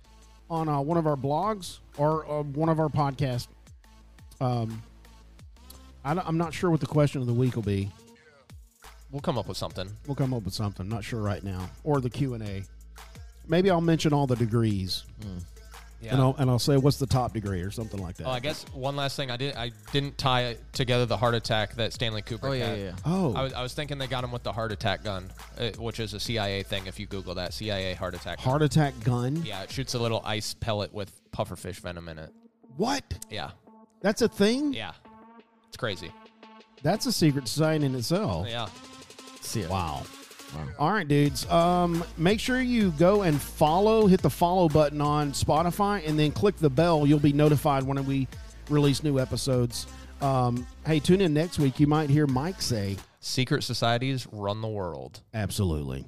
A: on uh, one of our blogs or uh, one of our podcasts. Um, I don't- I'm not sure what the question of the week will be.
B: we'll come up with something.
A: We'll come up with something. Not sure right now. Or the Q&A. Maybe I'll mention all the degrees
B: Yeah.
A: and I'll and I'll say what's the top degree or something like that.
B: Oh, I guess one last thing. I didn't. I didn't tie together the heart attack that Stanley Kubrick
C: Oh yeah,
B: had.
C: yeah, yeah.
A: Oh,
B: I was, I was thinking they got him with the heart attack gun, uh, which is a CIA thing. If you Google that, CIA heart attack.
A: heart attack gun.
B: yeah, it shoots a little ice pellet with pufferfish venom in it.
A: What?
B: Yeah,
A: That's a thing.
B: yeah, it's crazy.
A: That's a secret society in itself.
B: Yeah,
C: See it.
A: Wow.
C: Wow.
A: All right, dudes. Um, make sure you go and follow. Hit the follow button on Spotify, and then click the bell. You'll be notified when we release new episodes. Um, hey, tune in next week. You might hear Mike say,
B: secret societies run the world.
A: "Absolutely."